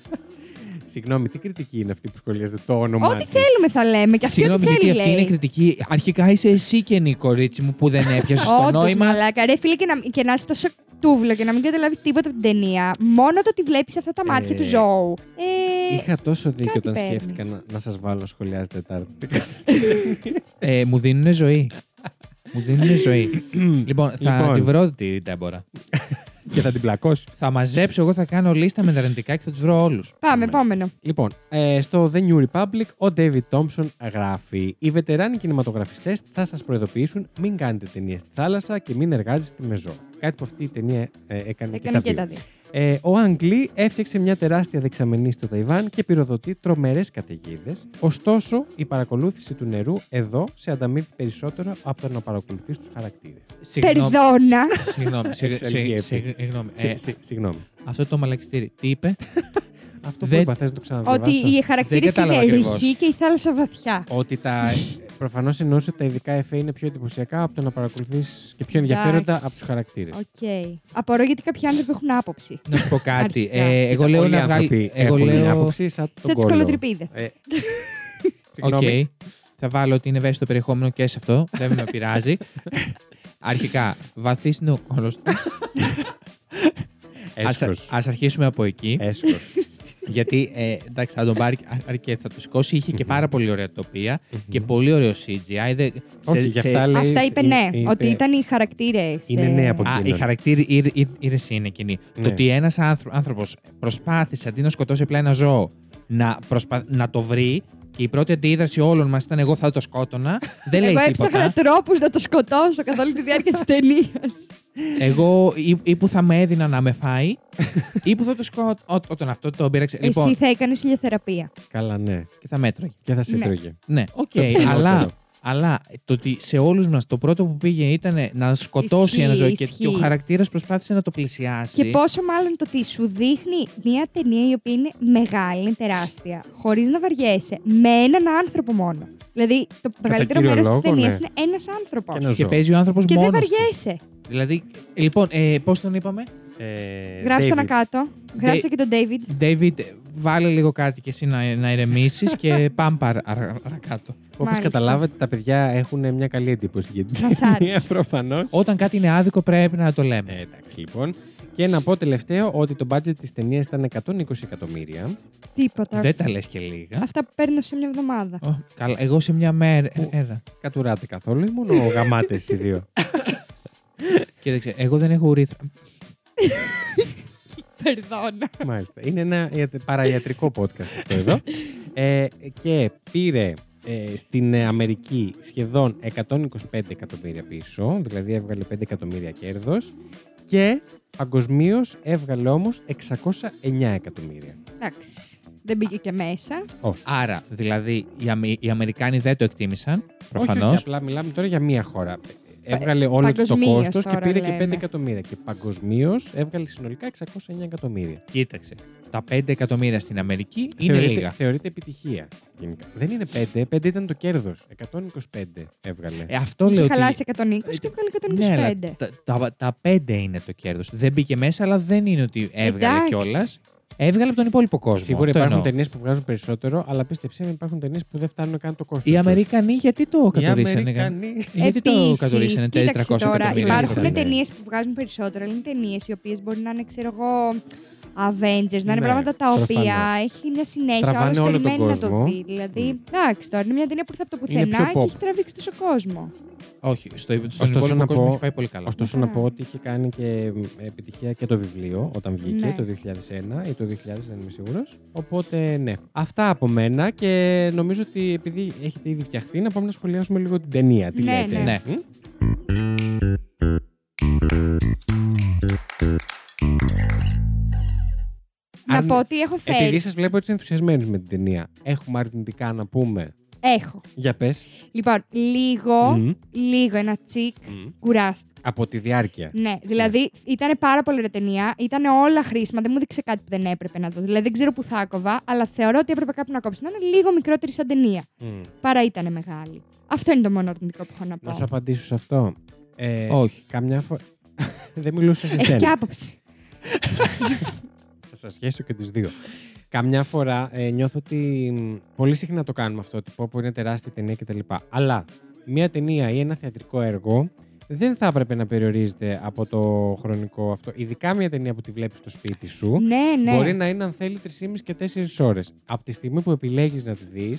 Συγγνώμη, τι κριτική είναι αυτή που σχολιάζεται το όνομά
Ό,τι
της?
θέλουμε θα λέμε και αυτή ό,τι
Συγγνώμη, γιατί
θέλει.
αυτή είναι
λέει.
κριτική. Αρχικά είσαι εσύ και η κορίτσι μου που δεν έπιασες το
Όντως,
νόημα.
μαλάκα. Ρε φίλε, και να, και να είσαι τόσο τούβλο και να μην καταλάβεις τίποτα από την ταινία. Μόνο το ότι βλέπεις αυτά τα μάτια
Ε,
του ζώου. Ε,
Είχα τόσο δίκιο
κάτι
όταν
παίρνεις.
σκέφτηκα να, να σας βάλω να σχολιάζετε τα αρνητικά.
Ε, μου δίνουν ζωή. μου δίνουν ζωή. λοιπόν, θα
Λοιπόν.
τη βρω την Ντέμπορα.
και θα την πλακώσω.
Θα μαζέψω, εγώ θα κάνω λίστα με τα αρνητικά και θα τους βρω όλους.
Πάμε, επόμενο.
Λοιπόν, ε, στο The New Republic, ο David Thompson γράφει: Οι βετεράνοι κινηματογραφιστές θα σας προειδοποιήσουν μην κάνετε ταινίες στη θάλασσα και μην εργάζεστε με ζώα. Κάτι που αυτή η ταινία ε, έκανε,
Έκανε
και τα δύο.
δύο.
Ε, ο Αγγλί έφτιαξε μια τεράστια δεξαμενή στο Ταϊβάν και πυροδοτεί τρομερές καταιγίδες. Ωστόσο, η παρακολούθηση του νερού εδώ σε ανταμείβει περισσότερο από το να παρακολουθείς τους χαρακτήρες.
Περδόνα.
Συγγνώμη. συγγνώμη,
Εξαλγή
συγγ- συγγ- συγγνώμη. Ε,
Συγγνώμη.
Αυτό το μαλακιστήρι. Τι είπε.
Αυτό που
δεν-
είπα, θες να το ξαναδιαβάσω.
ότι οι χαρακτήρες
κατάλαβα
είναι
ακριβώς.
ρηχοί και η θάλασσα βαθιά.
Ότι τα. Προφανώς εννοούσε ότι τα ειδικά εφέ είναι πιο εντυπωσιακά από το να παρακολουθείς και πιο ενδιαφέροντα
Εντάξει.
από τους χαρακτήρες.
Οκ. Απορώ γιατί κάποιοι άνθρωποι έχουν άποψη.
Να σου πω κάτι.
Αρχικά.
Ε, εγώ λέω να βγάλει.
βγάλει.
Εγώ λέω.
άποψη σαν τον
Σαν τις
κόλλο.
κολοτριπίδες.
Ε,
Οκ.
Συγγνώμη.
Θα βάλω ότι είναι ευαίσθητο περιεχόμενο και σε αυτό. Δεν με πειράζει. Αρχικά, βαθύς είναι ο κόλο του. Ας,
Έσχος. Ε.
ας αρχίσουμε από εκεί.
Έσχος.
γιατί ε, εντάξει, θα τον πάρει αρ- αρκετά, θα το σηκώσει. Είχε και πάρα πολύ ωραία τοπία και
Μμμ.
πολύ ωραίο CGI. Δε-
Όχι,
σε-
γι'
σε-
αυτά λέει.
Αυτά
ε,
είπε ναι.
είπε-
Ότι ήταν οι ε. χαρακτήρες.
Είναι νέα από-
Α, οι
Εκείνον.
χαρακτήρε ήρεση είναι εκείνη.
Ναι.
Το ότι ένας άνθρωπο προσπάθησε αντί να σκοτώσει απλά ένα ζώο να, προσπα... να το βρει και η πρώτη αντίδραση όλων μας ήταν εγώ θα το σκότωνα. Δεν λέει
Εγώ
τίποτα.
έψαχνα τρόπους να το σκοτώσω καθ' όλη τη διάρκεια της ταινία.
εγώ ή, ή που θα με έδινα να με φάει ή που θα το σκότωνα. Αυτό το πήραξε.
Εσύ
Λοιπόν,
θα έκανες ηλιοθεραπεία.
Καλά, ναι.
και θα μέτρωγε.
Και θα σε
Ναι.
τρώγε.
Ναι, οκ,
Το ψηλότερο.
αλλά, αλλά το ότι σε όλους μας το πρώτο που πήγε ήταν να σκοτώσει
Ισχύει,
ένα ζώο και,
ισχύει.
και ο χαρακτήρας προσπάθησε να το πλησιάσει.
Και πόσο μάλλον το ότι σου δείχνει μια ταινία η οποία είναι μεγάλη, είναι τεράστια, χωρίς να βαριέσαι, με έναν άνθρωπο μόνο. Δηλαδή, το μεγαλύτερο
κύριο
μέρος της
λόγο,
ταινίας
ναι.
είναι ένας άνθρωπος.
Και
Και,
ένας
Και
ζώος.
παίζει ο άνθρωπος μόνο.
δεν βαριέσαι.
Δηλαδή, ε, λοιπόν, ε, πώς τον είπαμε,
Ε,
Γράψτε
David.
ένα κάτω. Γράψτε και τον David.
David, βάλε λίγο κάτι και εσύ να, να ηρεμήσεις και πάμε παρα- παρακάτω.
Όπως
Μάλιστα.
καταλάβατε, τα παιδιά έχουν μια καλή εντύπωση για την
Μας
ταινία,
άρεσε.
προφανώς.
Όταν κάτι είναι άδικο, πρέπει να το λέμε.
Ε, εντάξει, λοιπόν. Και να πω τελευταίο ότι το budget της ταινίας ήταν 120 εκατομμύρια.
Τίποτα.
Δεν τα λες και λίγα.
Αυτά που παίρνω σε μια εβδομάδα.
Ω, καλά, εγώ σε μια μέρα. Έλα.
Κατουράτε καθόλου ή μόνο γαμάτες οι δύο.
Κοίταξε, εγώ δεν έχω ουρήθρα.
Περδόνα.
Μάλιστα. Είναι ένα ιατε- παραϊατρικό podcast αυτό εδώ. Ε, και πήρε ε, στην ε, Αμερική σχεδόν 125 εκατομμύρια πίσω, δηλαδή έβγαλε 5 εκατομμύρια κέρδος και παγκοσμίως έβγαλε όμως 609 εκατομμύρια.
Εντάξει. Δεν πήγε και μέσα.
Άρα, δηλαδή, οι, Αμε- οι Αμερικάνοι δεν το εκτίμησαν.
Όχι,
Προφανώ.
όχι, απλά μιλάμε τώρα για μία χώρα. Ε, έβγαλε όλο της το
παγκοσμίως
κόστος και
τώρα
πήρε και
λέμε.
5 εκατομμύρια. Και παγκοσμίως έβγαλε συνολικά 609 εκατομμύρια.
Κοίταξε. Τα 5 εκατομμύρια στην Αμερική είναι
θεωρείται,
λίγα.
θεωρείται επιτυχία γενικά. Δεν είναι 5, 5 ήταν το κέρδος. 125 έβγαλε.
Ε, αυτό λέω.
Είχε
ότι-
χαλάσει 120
Ε,
και έβγαλε
Ναι, αλλά
125.
τα, τα, τα 5 είναι το κέρδος. Δεν μπήκε μέσα, αλλά δεν είναι ότι έβγαλε
Εντάξει.
κιόλας. Έβγαλε από τον υπόλοιπο κόσμο.
Σίγουρα
αυτό
υπάρχουν
εννοώ.
ταινίες που βγάζουν περισσότερο, αλλά πίστεψε με, υπάρχουν ταινίες που δεν φτάνουν καν το κόστος.
Οι Αμερικανοί γιατί το
ναι.
κατορίσανε. κα- Γιατί το
Επίσης,
κατορίσανε τα 300
κοίταξε τώρα,
εκατομμύρια.
υπάρχουν
Ναι.
ταινίες που βγάζουν περισσότερο, αλλά είναι ταινίες οι οποίες μπορεί να είναι, ξέρω εγώ, Avengers, να είναι
Ναι,
πράγματα τα οποία
προφανώς.
έχει μια συνέχεια.
Τραβάνε
Όλο
όλο τον
περιμένει να το
κόσμο. Ναι.
δει. Δηλαδή, εντάξει, τώρα είναι μια ταινία που ήρθε από το
Είναι
πουθενά
πιο
και
pop.
έχει τραβήξει τόσο κόσμο.
Όχι, στο, στον
Ωστόσο,
υπόλοιπο
να
κόσμο
πω-
έχει πάει πολύ καλά.
Ωστόσο,
Ναι.
να πω ότι είχε κάνει και μ, επιτυχία και το βιβλίο όταν βγήκε
Ναι.
το 2001 ή το 2000, δεν είμαι σίγουρος. Οπότε, ναι. Αυτά από μένα και νομίζω ότι επειδή έχετε ήδη φτιαχτεί, να πάμε να σχολιάσουμε λίγο την ταινία. Τι
Ναι,
λέτε.
ναι.
Ναι.
Μ?
Να
Αν-
πω ότι έχω φέρει.
Επειδή σας βλέπω έτσι ενθουσιασμένους με την ταινία, έχουμε αρνητικά να πούμε.
Έχω.
Για πες.
Λοιπόν, λίγο, λίγο ένα τσικ. Κουράστηκα.
Από τη διάρκεια.
Ναι, δηλαδή ήταν πάρα πολύ ωραία ταινία. Ήταν όλα χρήσιμα. Δεν μου δείξε κάτι που δεν έπρεπε να δω. Δηλαδή δεν ξέρω που θα κόβα, αλλά θεωρώ ότι έπρεπε κάπου να κόψει. Να είναι λίγο μικρότερη σαν ταινία.
Μμ.
παρά ήταν μεγάλη. Αυτό είναι το μόνο αρνητικό που έχω να πω.
Να σου απαντήσω σε αυτό. Ε,
Όχι.
Καμιά φορά. δεν μιλούσα σε
Έχει Ε, και
σένα.
άποψη.
Θα σα σχέσω και του δύο. Καμιά φορά ε, νιώθω ότι μ, πολύ συχνά το κάνουμε αυτό. Ότι πω, πω είναι τεράστια ταινία κτλ. Αλλά μια ταινία ή ένα θεατρικό έργο δεν θα έπρεπε να περιορίζεται από το χρονικό αυτό. Ειδικά μια ταινία που τη βλέπεις στο σπίτι σου.
ναι, ναι.
Μπορεί να είναι, αν θέλει, 3,5 και 4 ώρες. Από τη στιγμή που επιλέγεις να τη δεις,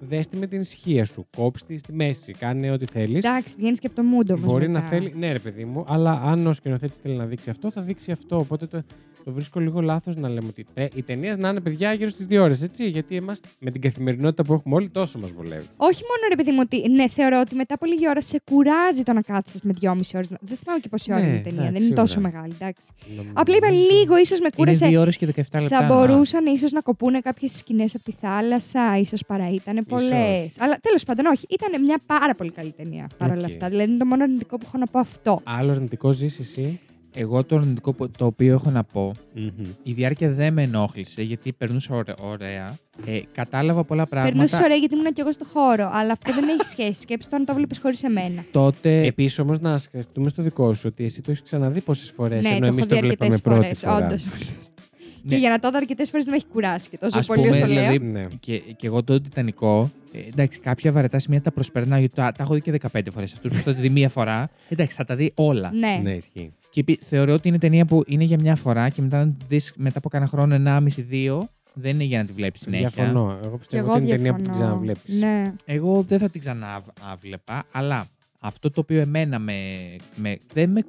δέστη με την ησυχία σου. Κόψτε τη στη μέση. Κάνε ό,τι θέλεις.
Εντάξει, βγαίνεις και από το mood όμως.
Μπορεί να θέλει. Ναι, ρε παιδί μου, αλλά αν ο σκηνοθέτης θέλει να δείξει αυτό, θα δείξει αυτό. Οπότε το, το βρίσκω λίγο λάθος να λέμε ότι ε, οι ταινίες να είναι παιδιά γύρω στις δύο ώρες, έτσι. Γιατί εμάς με την καθημερινότητα που έχουμε όλοι τόσο μας βολεύει.
Όχι μόνο ρε παιδί μου ότι ναι, θεωρώ ότι μετά από λίγη ώρα σε κουράζει το να κάτσει με δυόμιση ώρες. Δεν θυμάμαι και πόση ώρα
Ναι,
είναι η ταινία.
εντάξει,
δεν είναι τόσο
σίγουρα. Ναι,
μεγάλη, εντάξει. Απλά είπα λίγο, ίσως με κούρασε.
Είναι 2 ώρες και 17 λεπτά.
Θα μπορούσαν ίσως να κοπούνε κάποιες σκηνές από τη θάλασσα, ίσως παρά ήταν πολλές. Αλλά τέλος πάντων, όχι. Ήταν μια πάρα πολύ καλή ταινία παρόλα
Οκ.
αυτά. Δηλαδή είναι το μόνο αρνητικό που έχω να πω αυτό.
Άλλο αρνητικό ζήσει εσύ.
Εγώ το αρνητικό που- το οποίο έχω να πω, η διάρκεια δεν με ενόχλησε γιατί περνούσα ωραία. ωραία. Ε, κατάλαβα πολλά πράγματα.
Περνούσες ωραία γιατί ήμουν και εγώ στο χώρο, αλλά αυτό δεν έχει σχέση. Σκέψτε το αν το βλέπεις χωρίς εμένα.
Τότε.
Επίσης όμως Ε, να σκεφτούμε στο δικό σου ότι εσύ το έχεις ξαναδεί πόσες φορές
ναι,
ενώ
το
εμείς
έχω δει
το
αρκετέ
βλέπαμε
φορέ.
πρώτη φορά.
Όντως.
Ναι.
Και για να το δω αρκετές φορές δεν με έχει κουράσει και τόσο
Ας
πολύ
πούμε,
όσο λέω.
δηλαδή,
Ναι.
Και, και εγώ το Τιτανικό. ε, εντάξει, κάποια βαρετά σημεία τα προσπερνάω γιατί τα, τα έχω δει και 15 φορές. Αυτούς που θα τη δει μία φορά. Εντάξει, θα τα δει όλα.
Ναι.
Ναι, ισχύει.
Και επί- θεωρώ ότι είναι ταινία που είναι για μια φορά και μετά, να τη δεις μετά από κανένα χρόνο, 1,5-2, δεν είναι για να τη βλέπεις συνέχεια.
Διαφωνώ. Εγώ
Και
πιστεύω
εγώ
ότι είναι ταινία
διαφωνώ.
που την ξαναβλέπεις.
Ναι.
Εγώ δεν θα την ξανά α, βλέπα, αλλά αυτό το οποίο εμένα με, με, δεν με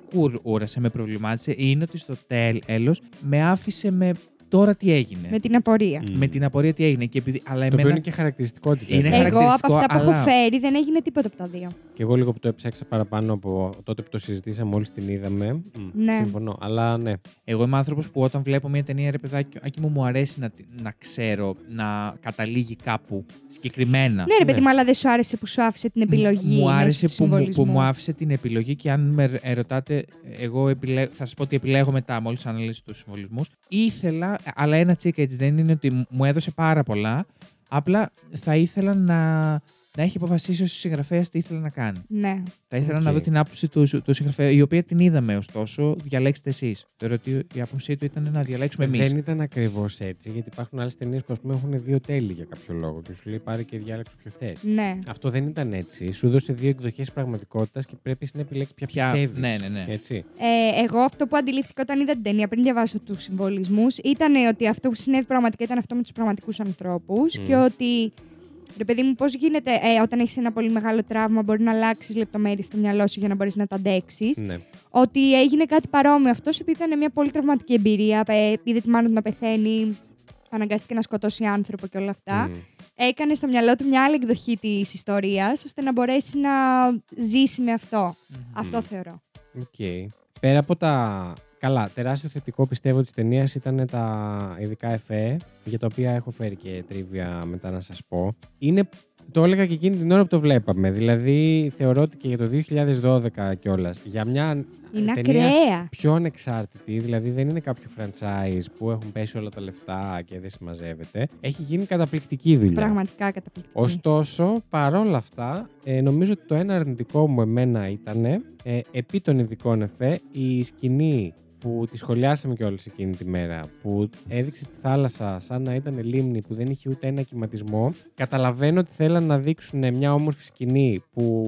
κούρασε, με προβλημάτισε, είναι ότι στο τέλος με άφησε με τώρα τι έγινε.
Με την απορία.
Με την απορία τι έγινε. Και επειδή, αλλά
Το οποίο
εμένα
είναι και χαρακτηριστικό τη.
Είναι
Ε, Εγώ από
χαρακτηριστικό,
αυτά που έχω
αλλά-
φέρει δεν έγινε τίποτα από τα δύο.
Και εγώ λίγο που το έψαξα παραπάνω από τότε που το συζητήσαμε, μόλι την είδαμε. Μμ,
Ναι.
Συμφωνώ. Αλλά ναι.
Εγώ είμαι άνθρωπος που όταν βλέπω μια ταινία, ρε παιδάκι, άκη μου, μου αρέσει να, τη- να ξέρω, να καταλήγει κάπου συγκεκριμένα.
Ναι, ρε παιδί
Ναι.
μου, αλλά δεν σου άρεσε που σου άφησε την επιλογή.
Μου
μέσω
άρεσε
του
που, μου- που
συμβολισμού.
μου άφησε την επιλογή και αν με ε, ρωτάτε, εγώ επιλέ... θα σας πω ότι επιλέγω μετά, μόλις αναλύσω τους συμβολισμούς. Ήθελα, αλλά ένα τσίκα έτσι δεν είναι ότι μου- μου έδωσε πάρα πολλά. Απλά θα ήθελα να, να έχει αποφασίσει ο συγγραφέας τι ήθελε να κάνει.
Ναι.
Θα ήθελα
Οκ.
να δω την άποψη του, του συγγραφέα, η οποία την είδαμε ωστόσο. Διαλέξτε εσείς. Θεωρώ ότι η άποψή του ήταν να διαλέξουμε εμείς.
Δεν ήταν ακριβώς έτσι, γιατί υπάρχουν άλλες ταινίες που ας πούμε, έχουν δύο τέλη για κάποιο λόγο. Και σου λέει πάρε και διάλεξε ποιο θες.
Ναι.
Αυτό δεν ήταν έτσι. Σου δώσε δύο εκδοχές πραγματικότητας και πρέπει εσύ να επιλέξεις ποια
Ποια-
πιστεύεις.
ναι, ναι, ναι.
Έτσι.
Ε, εγώ αυτό που αντιλήφθηκα όταν είδα την ταινία πριν διαβάσω τους συμβολισμούς ήταν ότι αυτό που συνέβη πραγματικά ήταν αυτό με τους πραγματικούς ανθρώπους
Μμμ.
και ότι. Ρε παιδί μου, πώς γίνεται ε, όταν έχεις ένα πολύ μεγάλο τραύμα, μπορεί να αλλάξεις λεπτομέρειες στο μυαλό σου για να μπορείς να τα αντέξεις.
Ναι.
Ότι έγινε κάτι παρόμοιο αυτός επειδή ήταν μια πολύ τραυματική εμπειρία. Ε, είδε τη μάνα του να πεθαίνει, αναγκάστηκε να σκοτώσει άνθρωπο και όλα αυτά.
Μμ.
Έκανε στο μυαλό του μια άλλη εκδοχή της ιστορίας, ώστε να μπορέσει να ζήσει με αυτό. Αυτό θεωρώ.
Οκ. Πέρα από τα. Καλά, τεράστιο θετικό πιστεύω της ταινίας ήταν τα ειδικά εφέ, για τα οποία έχω φέρει και τρίβια μετά να σας πω. Είναι Το έλεγα και εκείνη την ώρα που το βλέπαμε. Δηλαδή, θεωρώ ότι και για το 2012 κιόλας, για μια
Είναι
Ε, ταινία
ακραία.
πιο ανεξάρτητη, δηλαδή δεν είναι κάποιο franchise που έχουν πέσει όλα τα λεφτά και δεν συμμαζεύεται. Έχει γίνει καταπληκτική δουλειά.
Πραγματικά καταπληκτική.
Ωστόσο, παρόλα αυτά, ε, νομίζω ότι το ένα αρνητικό μου εμένα ήταν ε, επί των ειδικών εφέ η σκηνή που τη σχολιάσαμε κιόλας εκείνη τη μέρα, που έδειξε τη θάλασσα σαν να ήταν λίμνη που δεν είχε ούτε ένα κυματισμό. Καταλαβαίνω ότι θέλαν να δείξουν μια όμορφη σκηνή που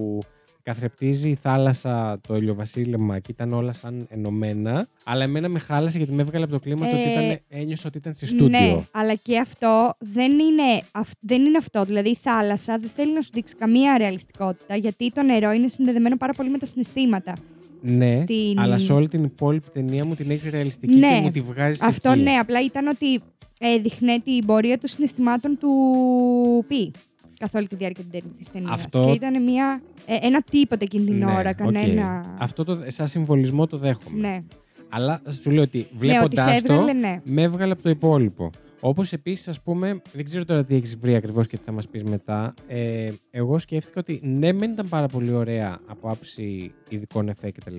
καθρεπτίζει η θάλασσα το ηλιοβασίλεμα και ήταν όλα σαν ενωμένα. Αλλά εμένα με χάλασε γιατί με έβγαλε από το κλίμα το ότι
Ε,
ήταν, ένιωσα ότι ήταν σε στούντιο.
Ναι, αλλά και αυτό δεν είναι, αυ- δεν είναι αυτό. Δηλαδή η θάλασσα δεν θέλει να σου δείξει καμία ρεαλιστικότητα γιατί το νερό είναι συνδεδεμένο πάρα πολύ με τα συναισθήματα.
Ναι,
Στην-
αλλά σε όλη την υπόλοιπη ταινία μου την έχεις ρεαλιστική
Ναι.
και μου τη βγάζεις
Αυτό ναι, απλά ήταν ότι ε, δείχνε την πορεία των συναισθημάτων του Πι καθ' όλη τη διάρκεια της ταινίας.
Αυτό- Ναι,
Και ήταν μια, ε, ένα τίποτα εκείνη την ώρα, κανένα...
Αυτό το, σαν συμβολισμό το δέχομαι.
Ναι,
Αλλά σου λέω ότι
ναι ότι σε
βλέποντάς το,
έβγαλε, ναι.
με έβγαλε από το υπόλοιπο. Όπως επίσης, ας πούμε, δεν ξέρω τώρα τι έχεις βρει ακριβώς και τι θα μας πεις μετά. Ε, εγώ σκέφτηκα ότι ναι, μεν ήταν πάρα πολύ ωραία από άψη ειδικών εφέ κτλ.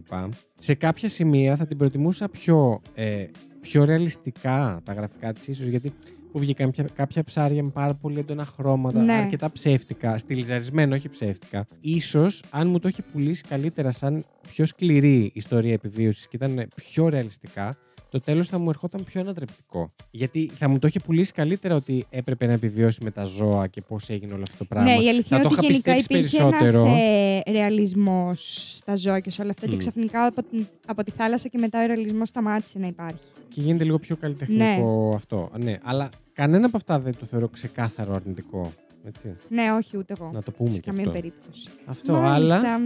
Σε κάποια σημεία θα την προτιμούσα πιο, ε, πιο ρεαλιστικά τα γραφικά της, ίσως γιατί που βγήκαν πια- κάποια ψάρια με πάρα πολύ έντονα χρώματα,
Ναι.
αρκετά ψεύτικα, στυλιζαρισμένο, όχι ψεύτικα. Ίσως, αν μου το είχε πουλήσει καλύτερα σαν πιο σκληρή ιστορία επιβίωσης και ήταν πιο ρεαλιστικά, το τέλος θα μου ερχόταν πιο ανατρεπτικό. Γιατί θα μου το είχε πουλήσει καλύτερα ότι έπρεπε να επιβιώσει με τα ζώα και πώς έγινε όλο αυτό το πράγμα.
Ναι, η αλήθεια
Θα
είναι
το
ότι
είχα
γενικά
πιστέψει
υπήρχε ένα
περισσότερο.
ε, ρεαλισμός στα ζώα και σε όλα αυτά. Και
Μμ.
ξαφνικά από, την- από τη θάλασσα και μετά ο ρεαλισμός σταμάτησε να υπάρχει.
Και γίνεται λίγο πιο καλλιτεχνικό αυτό. Ναι, αλλά κανένα από αυτά δεν το θεωρώ ξεκάθαρο αρνητικό. Έτσι.
Ναι, όχι, ούτε εγώ.
Να το πούμε
σε
και
καμία
αυτό.
περίπτωση.
Αυτό,
Μάλιστα.
αλλά.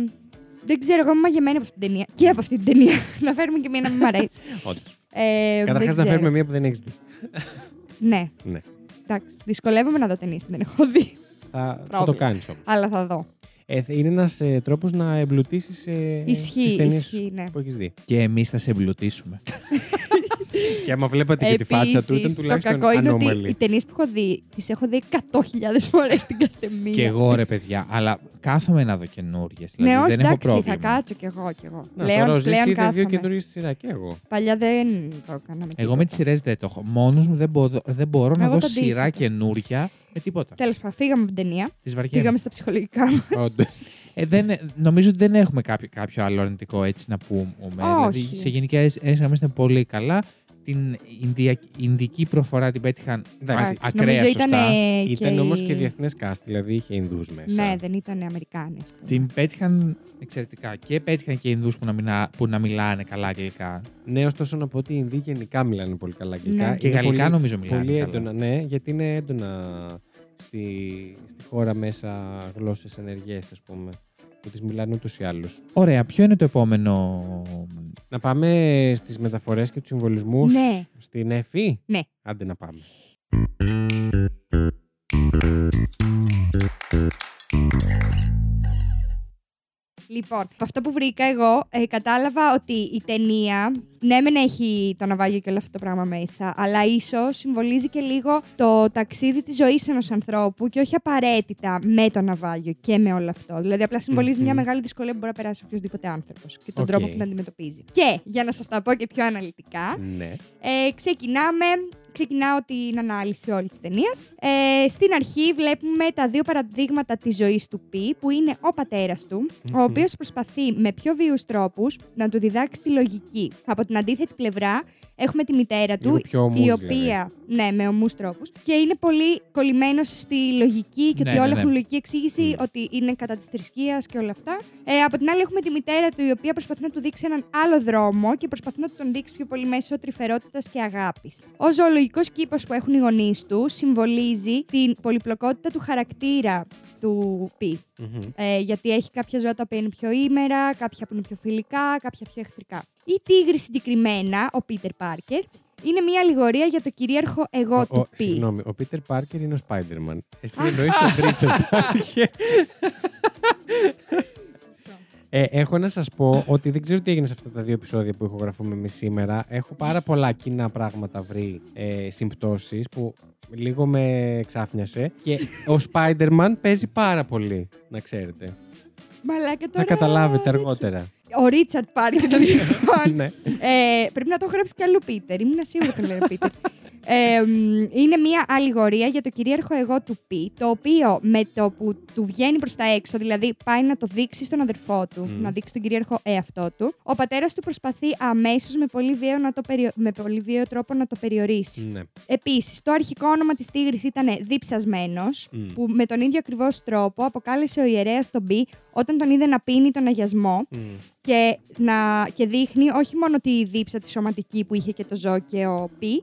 Δεν ξέρω, εγώ είμαι μαγεμένη από αυτή την ταινία. Και από αυτή την ταινία. να φέρουμε και μία να μην μ' αρέσει.
Όντως.
Ε,
Καταρχάς,
δεν
να
ξέρω.
φέρουμε μία που δεν έχεις δει.
Ναι.
Ναι.
Εντάξει, δυσκολεύομαι να δω ταινίες που δεν έχω δει.
Θα, θα το
Πρόβλημα.
κάνεις όμως.
Αλλά θα δω.
Ε, θε- είναι ένας ε, τρόπος να εμπλουτίσεις ε, τις
Ισχύει,
ταινίες
ισχύει, ναι.
που έχεις δει.
Και εμείς θα σε εμπλουτίσουμε.
Και άμα βλέπατε και τη φάτσα του, ήταν
Επίσης, το
τουλάχιστον
κακό είναι ότι
ανώμαλη.
οι ταινίες που έχω δει, τις έχω δει 100.000 φορές την καθεμία.
και εγώ ρε παιδιά, αλλά κάθομαι να δω καινούριες. Δηλαδή,
Ναι, όχι,
δεν έχω
εντάξει,
πρόβλημα. Ναι,
θα κάτσω κι εγώ κι εγώ.
Να,
πλέον
τώρα ο Ζης
πλέον
είδε δύο
κάθομαι.
καινούριες στη σειρά και εγώ.
Παλιά δεν το έκανα.
Εγώ με τις σειρές δεν το έχω. Μόνος μου δεν μπορώ, δεν μπορώ να
Εγώ
δω
το
σειρά
αντίθετο.
καινούρια με τίποτα.
Τέλος πάντων, φύγαμε από την ταινία.
Τις βαριέμαι.
Πήγαμε στα ψυχολογικά μας.
Όντως.
Ε, δεν, νομίζω ότι δεν έχουμε κάποιο, κάποιο άλλο αρνητικό έτσι να πούμε. Δηλαδή,
Όχι.
σε γενικές γραμμές ήταν πολύ καλά. Την Ινδια, Ινδική προφορά την πέτυχαν
Εντάξει,
α- ακραία σωστά.
ήταν. ε,
Ήταν
και
όμω
η-
και διεθνές cast, δηλαδή είχε Ινδούς μέσα.
Ναι, δεν ήταν Αμερικάνοι. ας πούμε.
Την πέτυχαν εξαιρετικά. Και πέτυχαν και Ινδούς που να, μιλά, που να μιλάνε καλά αγγλικά.
Ναι, ωστόσο να πω ότι οι Ινδοί γενικά μιλάνε πολύ καλά αγγλικά.
Ναι.
Είναι
Και γαλλικά
πολύ,
νομίζω μιλάνε.
Πολύ
καλά.
έντονα, ναι, γιατί είναι έντονα στη, στη χώρα μέσα γλώσσες ενεργές, ας πούμε. Που τις μιλάνε ούτως ή άλλως.
Ωραία, ποιο είναι το επόμενο.
Να πάμε στις μεταφορές και τους συμβολισμούς
Ναι.
στην ΕΦΗ.
Ναι.
Άντε να πάμε.
Λοιπόν, από αυτά που βρήκα εγώ, ε, κατάλαβα ότι η ταινία, ναι, μεν έχει το ναυάγιο και όλο αυτό το πράγμα μέσα, αλλά ίσως συμβολίζει και λίγο το ταξίδι της ζωής ενός ανθρώπου και όχι απαραίτητα με το ναυάγιο και με όλο αυτό. Δηλαδή, απλά συμβολίζει
Μμμ.
μια μεγάλη δυσκολία που μπορεί να περάσει οποιοδήποτε άνθρωπος και τον
Οκ.
τρόπο που την αντιμετωπίζει. Και για να σας τα πω και πιο αναλυτικά,
Ναι.
ε, ξεκινάμε. Ξεκινάω την ανάλυση όλης της ταινίας. Ε, στην αρχή βλέπουμε τα δύο παραδείγματα της ζωής του Πι, που είναι ο πατέρας του, ο
Μμμ.
οποίος προσπαθεί με πιο βίους τρόπους να του διδάξει τη λογική. Από την αντίθετη πλευρά έχουμε τη μητέρα του,
Λίγο πιο ομούς,
η
δηλαδή.
οποία. Ναι, με ομούς τρόπους. Και είναι πολύ κολλημένο στη λογική και
Ναι,
ότι
ναι,
όλα
ναι.
έχουν λογική εξήγηση,
Μμ.
ότι είναι κατά της θρησκείας και όλα αυτά. Ε, από την άλλη, έχουμε τη μητέρα του, η οποία προσπαθεί να του δείξει έναν άλλο δρόμο και προσπαθεί να του τον δείξει πιο πολύ μέσω τρυφερότητας και αγάπης. Ο ζωολογικός κήπος που έχουν οι γονείς του συμβολίζει την πολυπλοκότητα του χαρακτήρα του Πι.
Μμμ.
Ε, γιατί έχει κάποια ζώα τα οποία είναι πιο ήμερα, κάποια που είναι πιο φιλικά, κάποια πιο εχθρικά. Η τίγρη συγκεκριμένα, ο Πίτερ Πάρκερ, είναι μια αλληγορία για το κυρίαρχο εγώ
Ο- ο-
του Πι.
Συγγνώμη, ο Πίτερ Πάρκερ είναι ο Spider-Man. Εσύ εννοείς τον Πρίτσερ Πάρκερ. Ε, έχω να σας πω ότι δεν ξέρω τι έγινε σε αυτά τα δύο επεισόδια που ηχογραφούμε εμείς σήμερα. Έχω πάρα πολλά κοινά πράγματα βρει ε, συμπτώσεις που λίγο με ξάφνιασε. Και ο Spider-Man παίζει πάρα πολύ, να ξέρετε.
Μαλάκα τώρα.
Θα καταλάβετε αργότερα.
Ο Ρίτσαρτ Πάρκερ των Ιωάννων.
ναι.
Ε, πρέπει να το έχω γράψει κι άλλο Πίτερ. Ήμουν σίγουρη ότι το λέει ο Πίτερ. Ε, μ, είναι μια αλληγορία για το κυρίαρχο εγώ του Πι, το οποίο με το που του βγαίνει προς τα έξω, δηλαδή πάει να το δείξει στον αδερφό του,
Μμμ.
να δείξει τον κυρίαρχο εαυτό του, ο πατέρας του προσπαθεί αμέσως με, πολύ βίαιο να το περιο- με πολύ βίαιο τρόπο να το περιορίσει.
ναι.
Επίσης, το αρχικό όνομα της τίγρης ήταν Δίψασμένο,
Μμ.
που με τον ίδιο ακριβώς τρόπο αποκάλεσε ο ιερέας τον Πι όταν τον είδε να πίνει τον αγιασμό
Μμ.
και, να, και δείχνει όχι μόνο τη δίψα τη σωματική που είχε και το ζώο και ο Πι,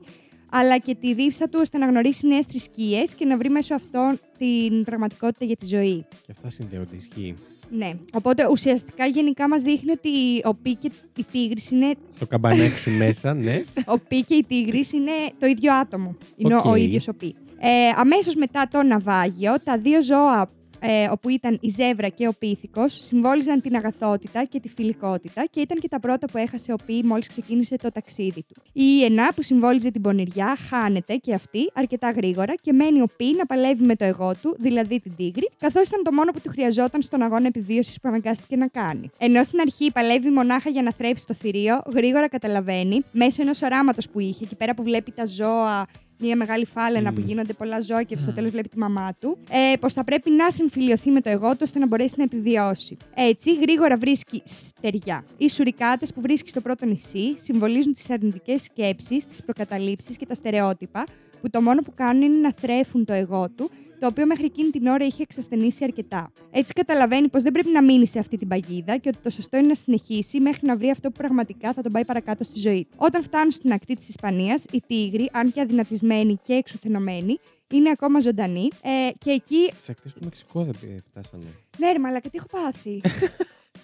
αλλά και τη δίψα του ώστε να γνωρίσει νέες θρησκείες και να βρει μέσω αυτών την πραγματικότητα για τη ζωή.
Και αυτά συνδέονται, ισχύει.
Ναι. Οπότε ουσιαστικά γενικά μας δείχνει ότι ο Πι και η τίγρης είναι.
Το καμπανέξι μέσα, ναι.
Ο Πι και η τίγρης είναι το ίδιο άτομο. Είναι ο-
Οκ.
ο ίδιος ο Πι. Ε, Αμέσως μετά το ναυάγιο, τα δύο ζώα ε, όπου ήταν η ζεύρα και ο πίθηκος, συμβόλιζαν την αγαθότητα και τη φιλικότητα και ήταν και τα πρώτα που έχασε ο Πι μόλις ξεκίνησε το ταξίδι του. Η Ιενά που συμβόλιζε την πονηριά χάνεται και αυτή αρκετά γρήγορα και μένει ο Πι να παλεύει με το εγώ του, δηλαδή την τίγρη, καθώς ήταν το μόνο που του χρειαζόταν στον αγώνα επιβίωσης που αναγκάστηκε να κάνει. Ενώ στην αρχή παλεύει μονάχα για να θρέψει το θηρίο, γρήγορα καταλαβαίνει, μέσω ενός οράματος που είχε, εκεί πέρα που βλέπει τα ζώα μια μεγάλη φάλαινα
Μμμ.
που γίνονται πολλά ζώα και στο
Μμμ.
τέλος βλέπει τη μαμά του. Ε, Πως θα πρέπει να συμφιλειωθεί με το εγώ του ώστε να μπορέσει να επιβιώσει. Έτσι, γρήγορα βρίσκει στεριά. Οι σουρικάτες που βρίσκει στο πρώτο νησί συμβολίζουν τις αρνητικές σκέψεις, τις προκαταλήψεις και τα στερεότυπα που το μόνο που κάνουν είναι να θρέφουν το εγώ του, το οποίο μέχρι εκείνη την ώρα είχε εξασθενήσει αρκετά. Έτσι καταλαβαίνει πως δεν πρέπει να μείνει σε αυτή την παγίδα και ότι το σωστό είναι να συνεχίσει μέχρι να βρει αυτό που πραγματικά θα τον πάει παρακάτω στη ζωή του. Όταν φτάνουν στην ακτή της Ισπανίας, οι τίγροι, αν και αδυνατισμένοι και εξουθενωμένοι, είναι ακόμα ζωντανοί ε, και εκεί.
Στις ακτές του Μεξικό δεν πη- φτάσανε.
Ναι, ρε, μαλάκα, τι έχω πάθει.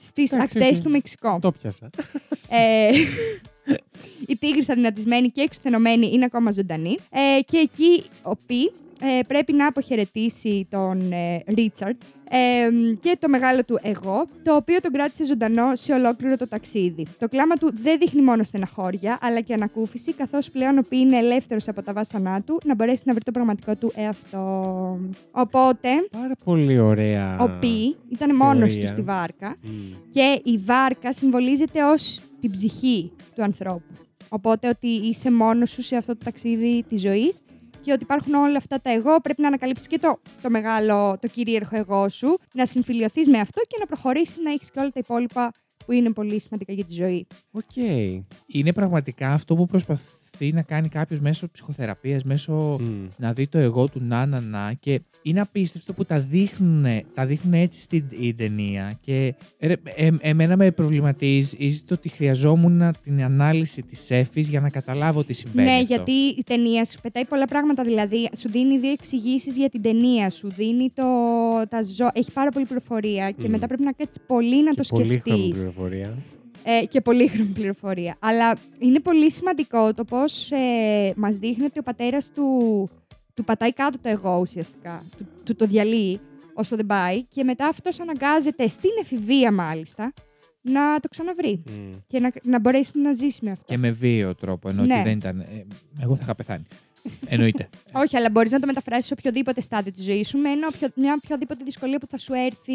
Στι
Εντάξει,
ακτές
οκ.
του Μεξικό.
Το πιάσα.
Ε, οι τίγρεις αδυνατισμένοι και εξουθενωμένοι είναι ακόμα ζωντανοί. Ε, και εκεί ο Πι ε, πρέπει να αποχαιρετήσει τον ε, Ρίτσαρντ ε, και το μεγάλο του εγώ, το οποίο τον κράτησε ζωντανό σε ολόκληρο το ταξίδι. Το κλάμα του δεν δείχνει μόνο στεναχώρια, αλλά και ανακούφιση, καθώς πλέον ο Πι είναι ελεύθερος από τα βάσανά του, να μπορέσει να βρει το πραγματικό του εαυτό. Οπότε,
Πάρα πολύ ωραία.
ο Πι ήταν μόνος του
Θεωρία.
στη βάρκα
Μμ.
και η βάρκα συμβολίζεται ως την ψυχή του ανθρώπου. Οπότε ότι είσαι μόνος σου σε αυτό το ταξίδι της ζωής και ότι υπάρχουν όλα αυτά τα εγώ, πρέπει να ανακαλύψεις και το, το μεγάλο, το κυρίαρχο εγώ σου, να συμφιλειωθείς με αυτό και να προχωρήσεις να έχεις και όλα τα υπόλοιπα που είναι πολύ σημαντικά για τη ζωή.
Οκ.
Είναι πραγματικά αυτό που προσπαθεί να κάνει κάποιος μέσω ψυχοθεραπείας, μέσω
Μμ.
να δει το εγώ του να να να και είναι απίστευτο που τα δείχνουν, τα δείχνουνε έτσι στην η ταινία και ρε, ε, εμένα με προβληματίζει το ότι χρειαζόμουν την ανάλυση της έφης για να καταλάβω τι συμβαίνει
ναι,
αυτό.
γιατί η ταινία σου πετάει πολλά πράγματα. Δηλαδή, σου δίνει δύο εξηγήσεις για την ταινία, σου δίνει το, τα ζώα. Έχει πάρα πολλή πληροφορία και
Μμμ.
μετά πρέπει να κάτσεις πολύ να το
Και πολύ
σκεφτείς.
πληροφορία.
ε, και πολύχρωμη πληροφορία. Αλλά είναι πολύ σημαντικό το πώς ε, μας δείχνει ότι ο πατέρας του, του πατάει κάτω το εγώ ουσιαστικά, του, του το διαλύει όσο δεν πάει και μετά αυτός αναγκάζεται στην εφηβεία μάλιστα να το ξαναβρει
Μμ.
και να, να μπορέσει να ζήσει με αυτό.
Και με βίαιο τρόπο, ενώ
Ναι.
ότι δεν ήταν. ε, εγώ θα είχα πεθάνει. Εννοείται.
Όχι, αλλά μπορείς να το μεταφράσεις σε οποιοδήποτε στάδιο της ζωής σου με ένα, οποιο- μια οποιαδήποτε δυσκολία που θα σου έρθει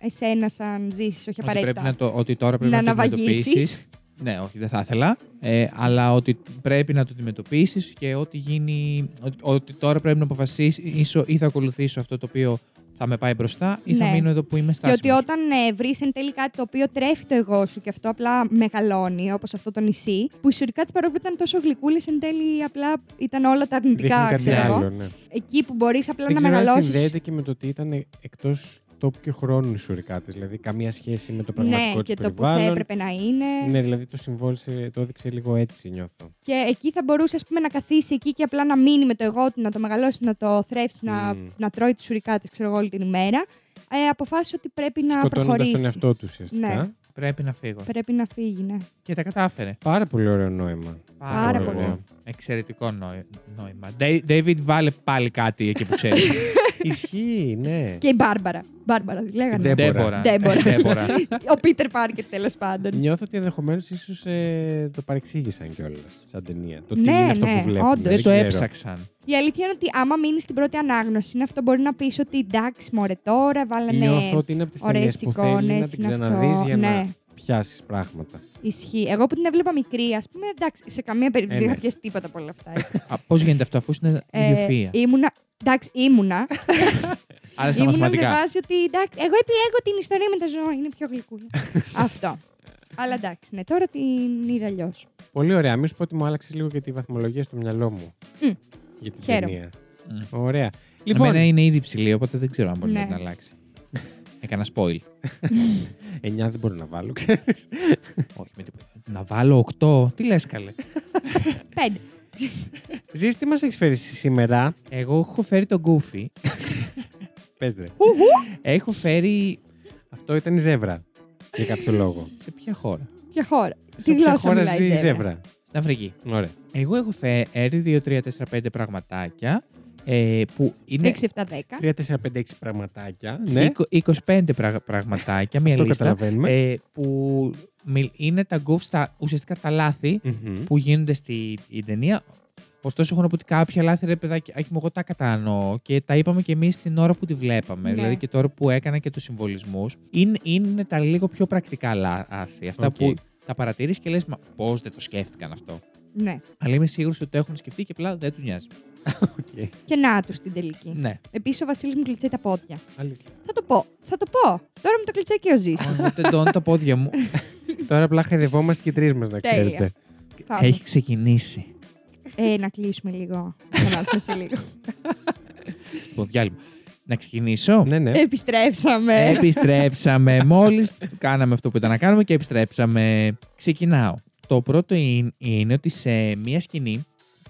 εσένα σαν ζήσεις, όχι
ότι, πρέπει
απαραίτητα.
να το, ότι τώρα πρέπει
Να
να, το
αναβαγίσεις.
αντιμετωπίσεις. Ναι, όχι, δεν θα ήθελα. Ε, αλλά ότι πρέπει να το αντιμετωπίσεις και ό,τι γίνει. Ότι, ότι τώρα πρέπει να αποφασίσεις ίσο, ή θα ακολουθήσω αυτό το οποίο θα με πάει μπροστά ή
Ναι.
θα μείνω εδώ που είμαι
Και
στάσιμος.
ότι όταν ε, βρεις εν τέλει κάτι το οποίο τρέφει το εγώ σου και αυτό απλά μεγαλώνει, όπως αυτό το νησί, που οι σουρικάτε παρόλο που ήταν τόσο γλυκούλε, εν τέλει απλά ήταν όλα τα αρνητικά,
Δείχνει κάτι
ξέρω εγώ.
άλλο, ναι.
Εκεί που μπορείς απλά
Δεν
να
ξέρω αν
μεγαλώσεις.
συνδέεται και με το ότι ήταν εκτός τόπου και χρόνου οι σουρικάτε. Δηλαδή, καμία σχέση με το πραγματικό
Ναι,
της
και το που θα
περιβάλλον.
έπρεπε να είναι.
Ναι, δηλαδή το συμβόλισε, το έδειξε λίγο έτσι, νιώθω.
Και εκεί θα μπορούσε, ας πούμε, να καθίσει εκεί και απλά να μείνει με το εγώ του, να το μεγαλώσει, να το θρέψει, να,
Μμμ.
να τρώει τις σουρικάτε, ξέρω εγώ, όλη την ημέρα. Ε, αποφάσισε ότι πρέπει να
Σκοτώνοντας
προχωρήσει.
τον εαυτό του ουσιαστικά.
Ναι.
Πρέπει να φύγω.
Πρέπει να φύγει, ναι.
Και τα κατάφερε.
Πάρα πολύ ωραίο νόημα.
Πάρα πολύ.
Εξαιρετικό νόη- νόημα. Ντέι- David, βάλε πάλι κάτι εκεί που ξέρεις.
Ισχύει, ναι.
Και η Μπάρμπαρα. Μπάρμπαρα τη λέγανε.
Ντέμπορα.
Ντέμπορα.
Ντέμπορα.
Ο Πίτερ Πάρκερ τέλος πάντων.
Νιώθω ότι ενδεχομένως ίσως το παρεξήγησαν κιόλας σαν ταινία. Το τι
Ναι,
είναι αυτό
ναι,
που βλέπουμε.
όντως.
Δεν το
ξέρω.
έψαξαν.
Η αλήθεια είναι ότι άμα μείνεις στην πρώτη ανάγνωση, είναι αυτό μπορεί να πεις ότι εντάξει, μωρέ τώρα, βάλανε.
Νιώθω ότι είναι από τις ταινίες
ναι, ωραίες
που θέλει να
εικόνες,
την
είναι αυτό.
ξαναδείς για να
Ναι.
πιάσεις πράγματα.
Ισχύει. Εγώ που την έβλεπα μικρή, ας πούμε, εντάξει, σε καμία περίπτωση
Ε,
δεν
ναι.
είχα πιάσει τίποτα από όλα αυτά. έτσι.
Πώς γίνεται αυτό, αφού είναι
Ε,
ιδιοφυα.
ήμουνα. Εντάξει, ήμουνα.
Άρα στα
ήμουνα σε
μαθηματικά.
βάση ότι. Εντάξει, εγώ επιλέγω την ιστορία με τα ζώα, είναι πιο γλυκούλα. Αυτό. Αλλά εντάξει, ναι, τώρα την είδα αλλιώς.
Πολύ ωραία. Μη σου πω ότι μου άλλαξες λίγο και τη βαθμολογία στο μυαλό μου.
Μμ.
Για την
Χαίρομαι.
ταινία.
Μμ.
Ωραία.
Λοιπόν,
Λοιπόν,
Εμένα είναι ήδη ψηλή, οπότε δεν ξέρω αν μπορεί να
Ναι.
την αλλάξει. Έκανα spoil.
9 δεν μπορώ να βάλω, ξέρεις.
Όχι με τίποτα. Να βάλω 8. Τι λες, καλέ.
Πέντε.
Ζεις, τι μας έχεις φέρει σήμερα.
Εγώ έχω φέρει τον Goofy.
Πες ρε.
Έχω φέρει.
Αυτό ήταν η ζεύρα. Για κάποιο λόγο.
Σε ποια χώρα.
Ποια χώρα.
Σε
Τι
ποια
γλώσσα
χώρα
μιλάει
ζει η
η ζεύρα.
ζεύρα.
Στην Αφρική.
Ωραία.
Εγώ έχω φέρει 2, 3, 4, 5 πραγματάκια. ε, που είναι
6-7-10.
3, 4, 5, 6 πραγματάκια. Ναι,
25 πραγ- πραγματάκια, μία
το
λίστα.
καταλαβαίνουμε.
ε, που μιλ- είναι τα goofs, τα, ουσιαστικά τα λάθη
Μμμ.
Ε, που γίνονται στη η ταινία. Ωστόσο, έχω να πω ότι κάποια λάθη, ρε παιδάκι, άχι μου, εγώ τα κατανοώ και τα είπαμε και εμείς την ώρα που τη βλέπαμε.
Ναι.
Δηλαδή και τώρα που έκανα και τους συμβολισμούς. Είναι, είναι τα λίγο πιο πρακτικά λάθη. Αυτά
Οκ.
που τα παρατηρεί και λες, μα πώς δεν το σκέφτηκαν αυτό.
Ναι.
Αλλά είμαι σίγουρος ότι το έχουν σκεφτεί και απλά δεν τους νοιάζει.
Οκ.
Και να τους στην τελική.
Ναι.
Επίσης ο Βασίλης μου κλειτσάει τα πόδια.
Αλήθεια.
Θα το πω. Θα το πω. Τώρα μου το κλειτσάει και ο Ζήση.
Ας δεν τεντώνω τα πόδια μου.
Τώρα απλά χαϊδευόμαστε και οι τρεις μας, να
Τέλεια.
ξέρετε.
Έχει ξεκινήσει
Ε, να κλείσουμε λίγο. Θα Ξανάρθουμε σε λίγο.
το διάλειμμα. Να ξεκινήσω.
Ναι,
Ε,
ναι. Ε,
Επιστρέψαμε.
Επιστρέψαμε. Μόλις κάναμε αυτό που ήταν να κάνουμε και επιστρέψαμε. Ξεκινάω. Το πρώτο είναι, είναι ότι σε μία σκηνή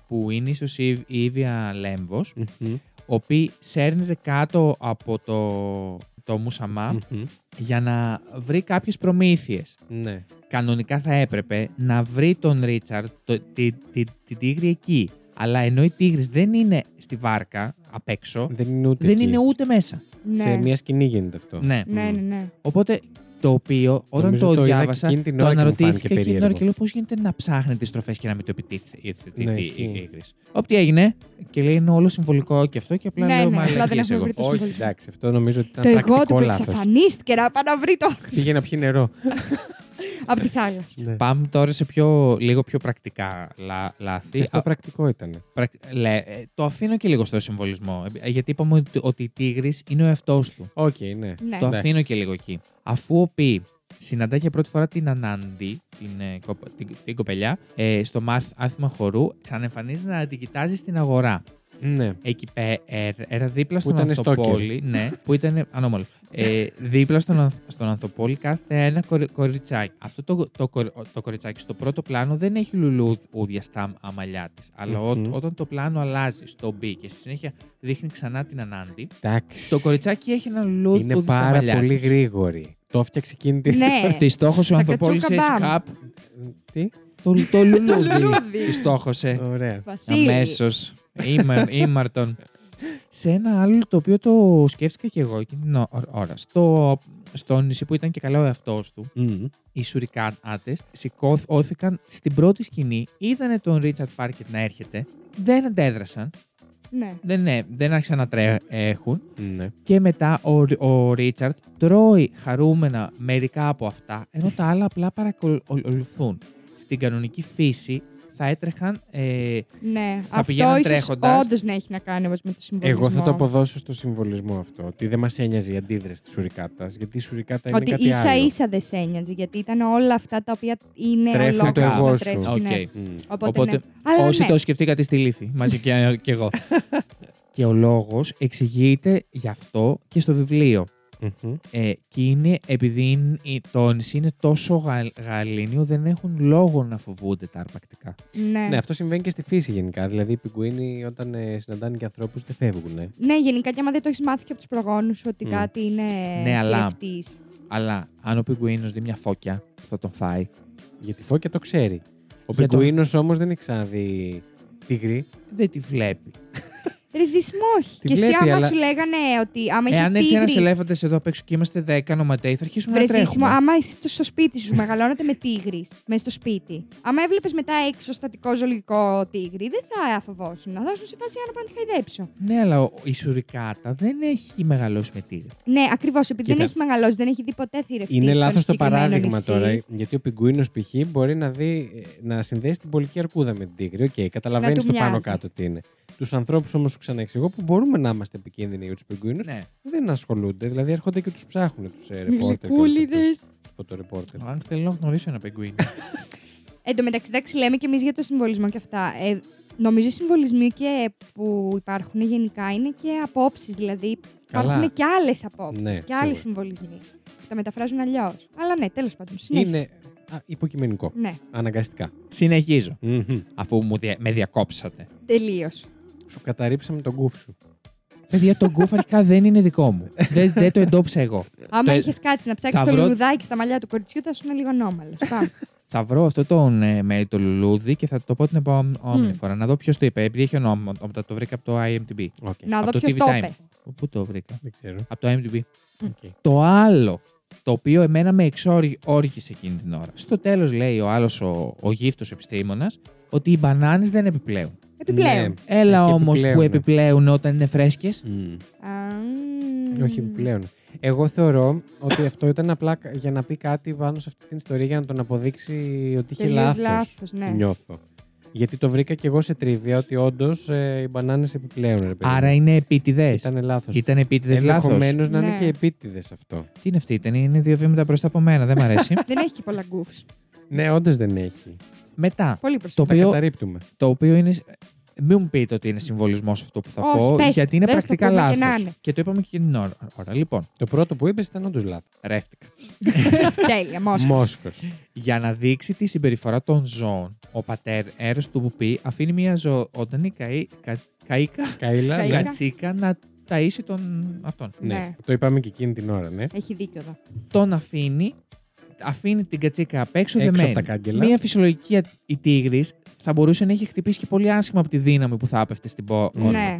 που είναι ίσως η η ίδια Λέμβος,
Μμμ.
ο οποίος σέρνεται κάτω από το, το Μουσαμά
Μμμ.
για να βρει κάποιες προμήθειες.
Ναι.
Κανονικά θα έπρεπε να βρει τον Ρίτσαρντ, το- τη- τη- την τίγρη εκεί. Αλλά ενώ η τίγρης δεν είναι στη βάρκα απ' έξω,
Δεν είναι ούτε.
δεν
εκεί.
είναι ούτε μέσα.
Σε
Ναι.
μια σκηνή γίνεται αυτό.
Ναι.
Ναι, ναι, ναι.
Οπότε το οποίο όταν
Νομίζω
το,
το είδα και
διάβασα,
εκείνη την
το
ώρα και μου φάνηκε
αναρωτήθηκα εκείνη την ώρα
περίεργο.
και λέω πώς γίνεται να ψάχνει τις στροφές και να μην το επιτίθεται
Ναι,
ναι, η
ισχύει.
Γκρι. Ό,τι έγινε, και λέει είναι όλο συμβολικό και αυτό και απλά
Ναι,
λέω
ναι,
μα
απλά δεν
αλλαγές
έχουμε
εγώ.
βρει το
Όχι,
συμβολισμό.
εντάξει, αυτό νομίζω ότι ήταν
Το εγώ του
πρακτικό
που
λάθο.
εξαφανίστηκε να πάω να βρει το.
Πήγε να πιει νερό.
από τη θάλασσα.
Ναι.
Πάμε τώρα σε πιο, λίγο πιο πρακτικά λά,
Και
λάθη.
αυτό
Α,
πρακτικό ήταν.
πρακ- λέ, ε, το αφήνω και λίγο στο συμβολισμό. ε, Γιατί είπαμε ότι, ότι η τίγρης είναι ο εαυτός του.
Οκ, ναι.
Ναι.
Το
Εντάξει.
αφήνω και λίγο εκεί. Αφού ο Πι συναντά για πρώτη φορά την Ανάντη, την, ε, κοπ- την, την κοπελιά, ε, στο μάθ, άθλημα χορού, ξανεμφανίζεται να την κοιτάζει στην αγορά.
Ναι.
Εκεί πέρα, δίπλα στον
ήτανε
Ανθοπόλη. Ναι, που ήταν ανώμαλο. Ε, δίπλα στον, ανθ- στον Ανθοπόλη κάθεται ένα κορι- κοριτσάκι. Αυτό το, το, κορι- το κοριτσάκι στο πρώτο πλάνο δεν έχει λουλούδια στα αμαλιά της. Αλλά ό-
Μμμ.
όταν το πλάνο αλλάζει στο B και στη συνέχεια δείχνει ξανά την Ανάντη,
Εντάξει.
το κοριτσάκι έχει ένα λουλούδι
είναι
στα
πάρα
μαλλιά
πολύ
της.
γρήγορη. Το έφτιαξε εκείνη τη.
Ναι.
Τη στόχωσε ο
Τσακατσούκα
Ανθοπόλη έτσι
μπαμ.
κάπου.
Τι.
Το, το λουλούδι.
λουλούδι.
Τη
Ε.
στόχωσε.
Ωραία.
Βασίλη.
Αμέσως. Ήμαρτον. Σε ένα άλλο το οποίο το σκέφτηκα και εγώ εκείνη την ω- ώρα. Στο, στο νησί που ήταν και καλά ο εαυτός του,
Μμμ.
οι σουρικάτε σηκώθηκαν στην πρώτη σκηνή, είδανε τον Ρίτσαρτ Πάρκετ να έρχεται, δεν αντέδρασαν,
Ναι.
δεν, ναι, δεν άρχισαν να τρέχουν
Ναι.
και μετά ο, Ρι- ο Ρίτσαρτ τρώει χαρούμενα μερικά από αυτά, ενώ τα άλλα απλά παρακολουθούν. Στην κανονική φύση θα έτρεχαν ε,
Ναι.
Θα
Αυτό
πηγαίναν
ίσως
τρέχοντας.
όντως να έχει να κάνει όμως με το συμβολισμό.
Εγώ θα το αποδώσω στο συμβολισμό αυτό. Ότι δεν μας ένοιαζε η αντίδραση της σουρικάτας. Γιατί η σουρικάτα είναι
Ότι
κάτι
ίσα
άλλο.
ίσα δεν σε ένοιαζε, γιατί ήταν όλα αυτά τα οποία είναι
Τρέφουν
ολόκληρα
το εγώ
να
σου.
τρέφουν,
Οκ.
ναι.
Μμ.
Οπότε,
Οπότε,
ναι. Αλλά
Όσοι
ναι.
το σκεφτήκατε στη λύθη, μαζί και, και εγώ. και ο λόγος εξηγείται γι' αυτό και στο βιβλίο.
Μμμ.
Ε, και είναι επειδή είναι- η- το νησί είναι τόσο γα, γαλήνιο, δεν έχουν λόγο να φοβούνται τα αρπακτικά.
Ναι.
Ναι, αυτό συμβαίνει και στη φύση γενικά. Δηλαδή, οι πιγκουίνοι όταν ε, συναντάνε και ανθρώπους δεν φεύγουν. ε.
Ναι, γενικά και άμα δεν το έχεις μάθει και από τους προγόνους σου ότι
Μμ.
κάτι είναι.
Ναι, αλλά-
θρηφτής.
Αλλά αν ο πιγκουίνος δει μια φώκια που θα τον φάει,
Γιατί φώκια το ξέρει. Ο
Για το-
πιγκουίνος όμως όμω δεν έχει ξαναδεί τίγρη.
δεν τη βλέπει.
Ρεζισμό όχι.
Τι
Και εσύ
βλέπει,
άμα
αλλά-
σου λέγανε ότι άμα
Εάν
έχεις
έρθει ένας
τίγρης,
ελέφαντα εδώ απ' έξω και είμαστε 10 νοματέοι, θα αρχίσουμε να
Βρε σύσιμο,
τρέχουμε.
άμα εσύ στο σπίτι σου μεγαλώνατε με τίγρη, μέσα στο σπίτι. Άμα έβλεπες μετά έξω στατικό ζωολογικό τίγρη, δεν θα φοβόσουν. Θα ήσουν σε φάση άνω πάνω να τη χαϊδέψω.
Ναι, αλλά ο- η σουρικάτα δεν έχει μεγαλώσει με τίγρη.
Ναι, ακριβώς. Επειδή
Κοίτα.
δεν έχει μεγαλώσει, δεν έχει δει ποτέ θηρευτή.
Είναι
στον
λάθος το
συγκεκριμένο
παράδειγμα
νησί.
τώρα. Γιατί ο πιγκουίνος π.χ. μπορεί να, δει, ε, να συνδέσει την πολική αρκούδα με την τίγρη. Οκ, καταλαβαίνεις
του
το πάνω
μοιάζει.
κάτω τι είναι. Τους ανθρώπους όμως σου ξαναεξηγώ που μπορούμε να είμαστε επικίνδυνοι για τους πιγκουίνους.
Ναι.
Δεν ασχολούνται. Δηλαδή έρχονται και τους ψάχνουν τους ρεπόρτερ.
Γλυκούλιδες.
Φωτορεπόρτερ.
Αν θέλω να γνωρίσω ένα πεγκουίνι.
Εν τω μεταξύ, εντάξει, λέμε και εμείς για το συμβολισμό και αυτά. Ε, νομίζω οι συμβολισμοί και που υπάρχουν γενικά είναι και απόψεις. Δηλαδή,
Καλά.
υπάρχουν και άλλες απόψεις
Ναι,
και άλλοι
σίγουρα.
συμβολισμοί. Τα μεταφράζουν αλλιώς. Αλλά ναι, τέλος πάντων. συνέχισε.
Είναι α, υποκειμενικό.
Ναι,
Αναγκαστικά.
Συνεχίζω.
Μμμ.
Αφού μου δια- με διακόψατε.
τελείως.
Σου καταρρύψαμε τον κούφι σου.
Παιδιά, το γκουφ αρχικά δεν είναι δικό μου. δεν, δεν το εντόπισα εγώ.
Άμα
Το-
είχες κάτσει να ψάξει
θα
το
βρω-
λουλουδάκι στα μαλλιά του κοριτσιού, θα σου είναι λίγο ανώμαλος. Πάμε.
Θα βρω αυτό τον, ε, με το λουλούδι και θα το πω την επόμενη
Μμ.
φορά. Να δω ποιος το είπε. Επειδή έχει ονόματα, το βρήκα από το IMDb.
Οκ.
να
από
δω
το
ποιος
TV
το
Time.
είπε.
Πού το βρήκα.
Δεν ξέρω.
Από το IMDb.
Οκ.
Το άλλο, το οποίο εμένα με εξόργησε εκείνη την ώρα. Στο τέλος λέει ο άλλος ο, ο γύφτος επιστήμονας ότι οι μπανάνες δεν επιπλέουν.
Επιπλέον.
Ναι.
Έλα
Ε, και
όμως που
επιπλέουν, ναι.
επιπλέον όταν είναι φρέσκες.
Μμ.
Ναι.
Α, μ.
Όχι επιπλέον. Εγώ θεωρώ ότι αυτό ήταν απλά κα- για να πει κάτι πάνω σε αυτή την ιστορία για να τον αποδείξει ότι είχε
Τελείως
λάθος.
λάθος, ναι.
Νιώθω. Γιατί το βρήκα και εγώ σε τριβία ότι όντως οι μπανάνες επιπλέον. Ρε, παιδί.
Άρα είναι επίτηδες.
Ήταν λάθο.
Ήταν επίτηδε λάθο. Τι
Ενδεχομένω να είναι
Ναι.
και επίτηδες αυτό.
είναι αυτή, ήταν, είναι δύο βήματα μπροστά από μένα, δεν μ' αρέσει.
Δεν έχει και πολλά γκουφ.
Ναι, όντως δεν έχει.
Μετά,
Πολύ
το
προσωπικό.
Τα
οποίο,
καταρρύπτουμε.
το οποίο είναι. Μην μου πείτε ότι είναι συμβολισμός αυτό που θα
Όχι,
πω,
πες,
γιατί είναι
πες το
πρακτικά
πούμε και να
λάθος.
είναι.
Και το είπαμε και την ώρα. ώρα. Λοιπόν,
Το πρώτο που είπες ήταν όντως λάθος.
ρεύτηκα.
Τέλεια, μόσχα.
Μόσχος.
Για να δείξει τη συμπεριφορά των ζώων, ο πατέρ έρο του Πουπί αφήνει μια ζωντανή καΐ, κα, καΐκα,
Καήλα.
Καήλα.
ναι.
κατσίκα να ταΐσει τον αυτόν.
Ναι.
Ναι.
Το είπαμε και εκείνη την ώρα, ναι.
Έχει δίκιο εδώ.
Τον αφήνει, αφήνει την κατσίκα απ'
Έξω
έξω δεμένη.
από τα κάγκελα.
Μια φυσιολογική α- η τίγρης θα μπορούσε να έχει χτυπήσει και πολύ άσχημα από τη δύναμη που θα άπευτε στην πόρτα.
Ναι.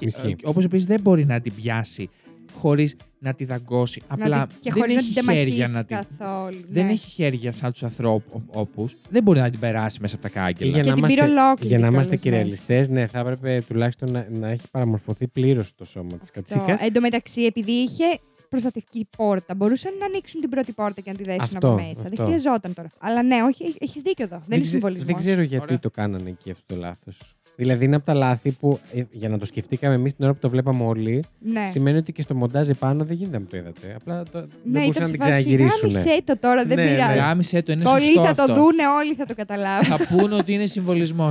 Ισχύει.
Όπως επίσης ε, δεν μπορεί να την πιάσει χωρίς να τη δαγκώσει. Απλά
Να την- και
δεν
χωρίς να
έχει
την
χέρια
τεμαχίσει
να την.
καθόλου.
Δεν
ναι.
έχει χέρια σαν τους ανθρώπου. Δεν μπορεί να την περάσει μέσα από τα κάγκελα.
Για
Και
να
την
είμαστε-
πήρε ολόκληρη.
Για να είμαστε
κιόλας
κυριαλιστέ, ναι, θα έπρεπε τουλάχιστον να, να έχει παραμορφωθεί πλήρως το σώμα της
μέσα.
κατσίκα.
Το- Εν τω μεταξύ, επειδή είχε προστατευτική πόρτα, μπορούσαν να ανοίξουν την πρώτη πόρτα και να τη δέσουν
Αυτό,
από μέσα.
αυτό.
Δεν χρειαζόταν τώρα. Αλλά ναι, όχι, έχεις δίκιο εδώ. Δεν είναι
ξε-
συμβολισμός.
Δεν ξέρω γιατί
Ωραία.
το κάνανε εκεί αυτό το λάθος. Δηλαδή είναι από τα λάθη που ε, για να το σκεφτήκαμε εμείς την ώρα που το βλέπαμε όλοι,
Ναι.
σημαίνει ότι και στο μοντάζ επάνω δεν γίνεται να το είδατε. Απλά το, δεν
Ναι,
μπορούσαν
ήταν
να την
σε φάση,
ξαναγυρίσουν.
«Γάμισε το τώρα, δεν
Ναι, ναι.
πειράζει.
Γάμισε το, είναι
Πολλοί
σωστό
θα
αυτό.
το δούνε, όλοι θα το καταλάβουν.
Θα πούνε ότι είναι συμβολισμός.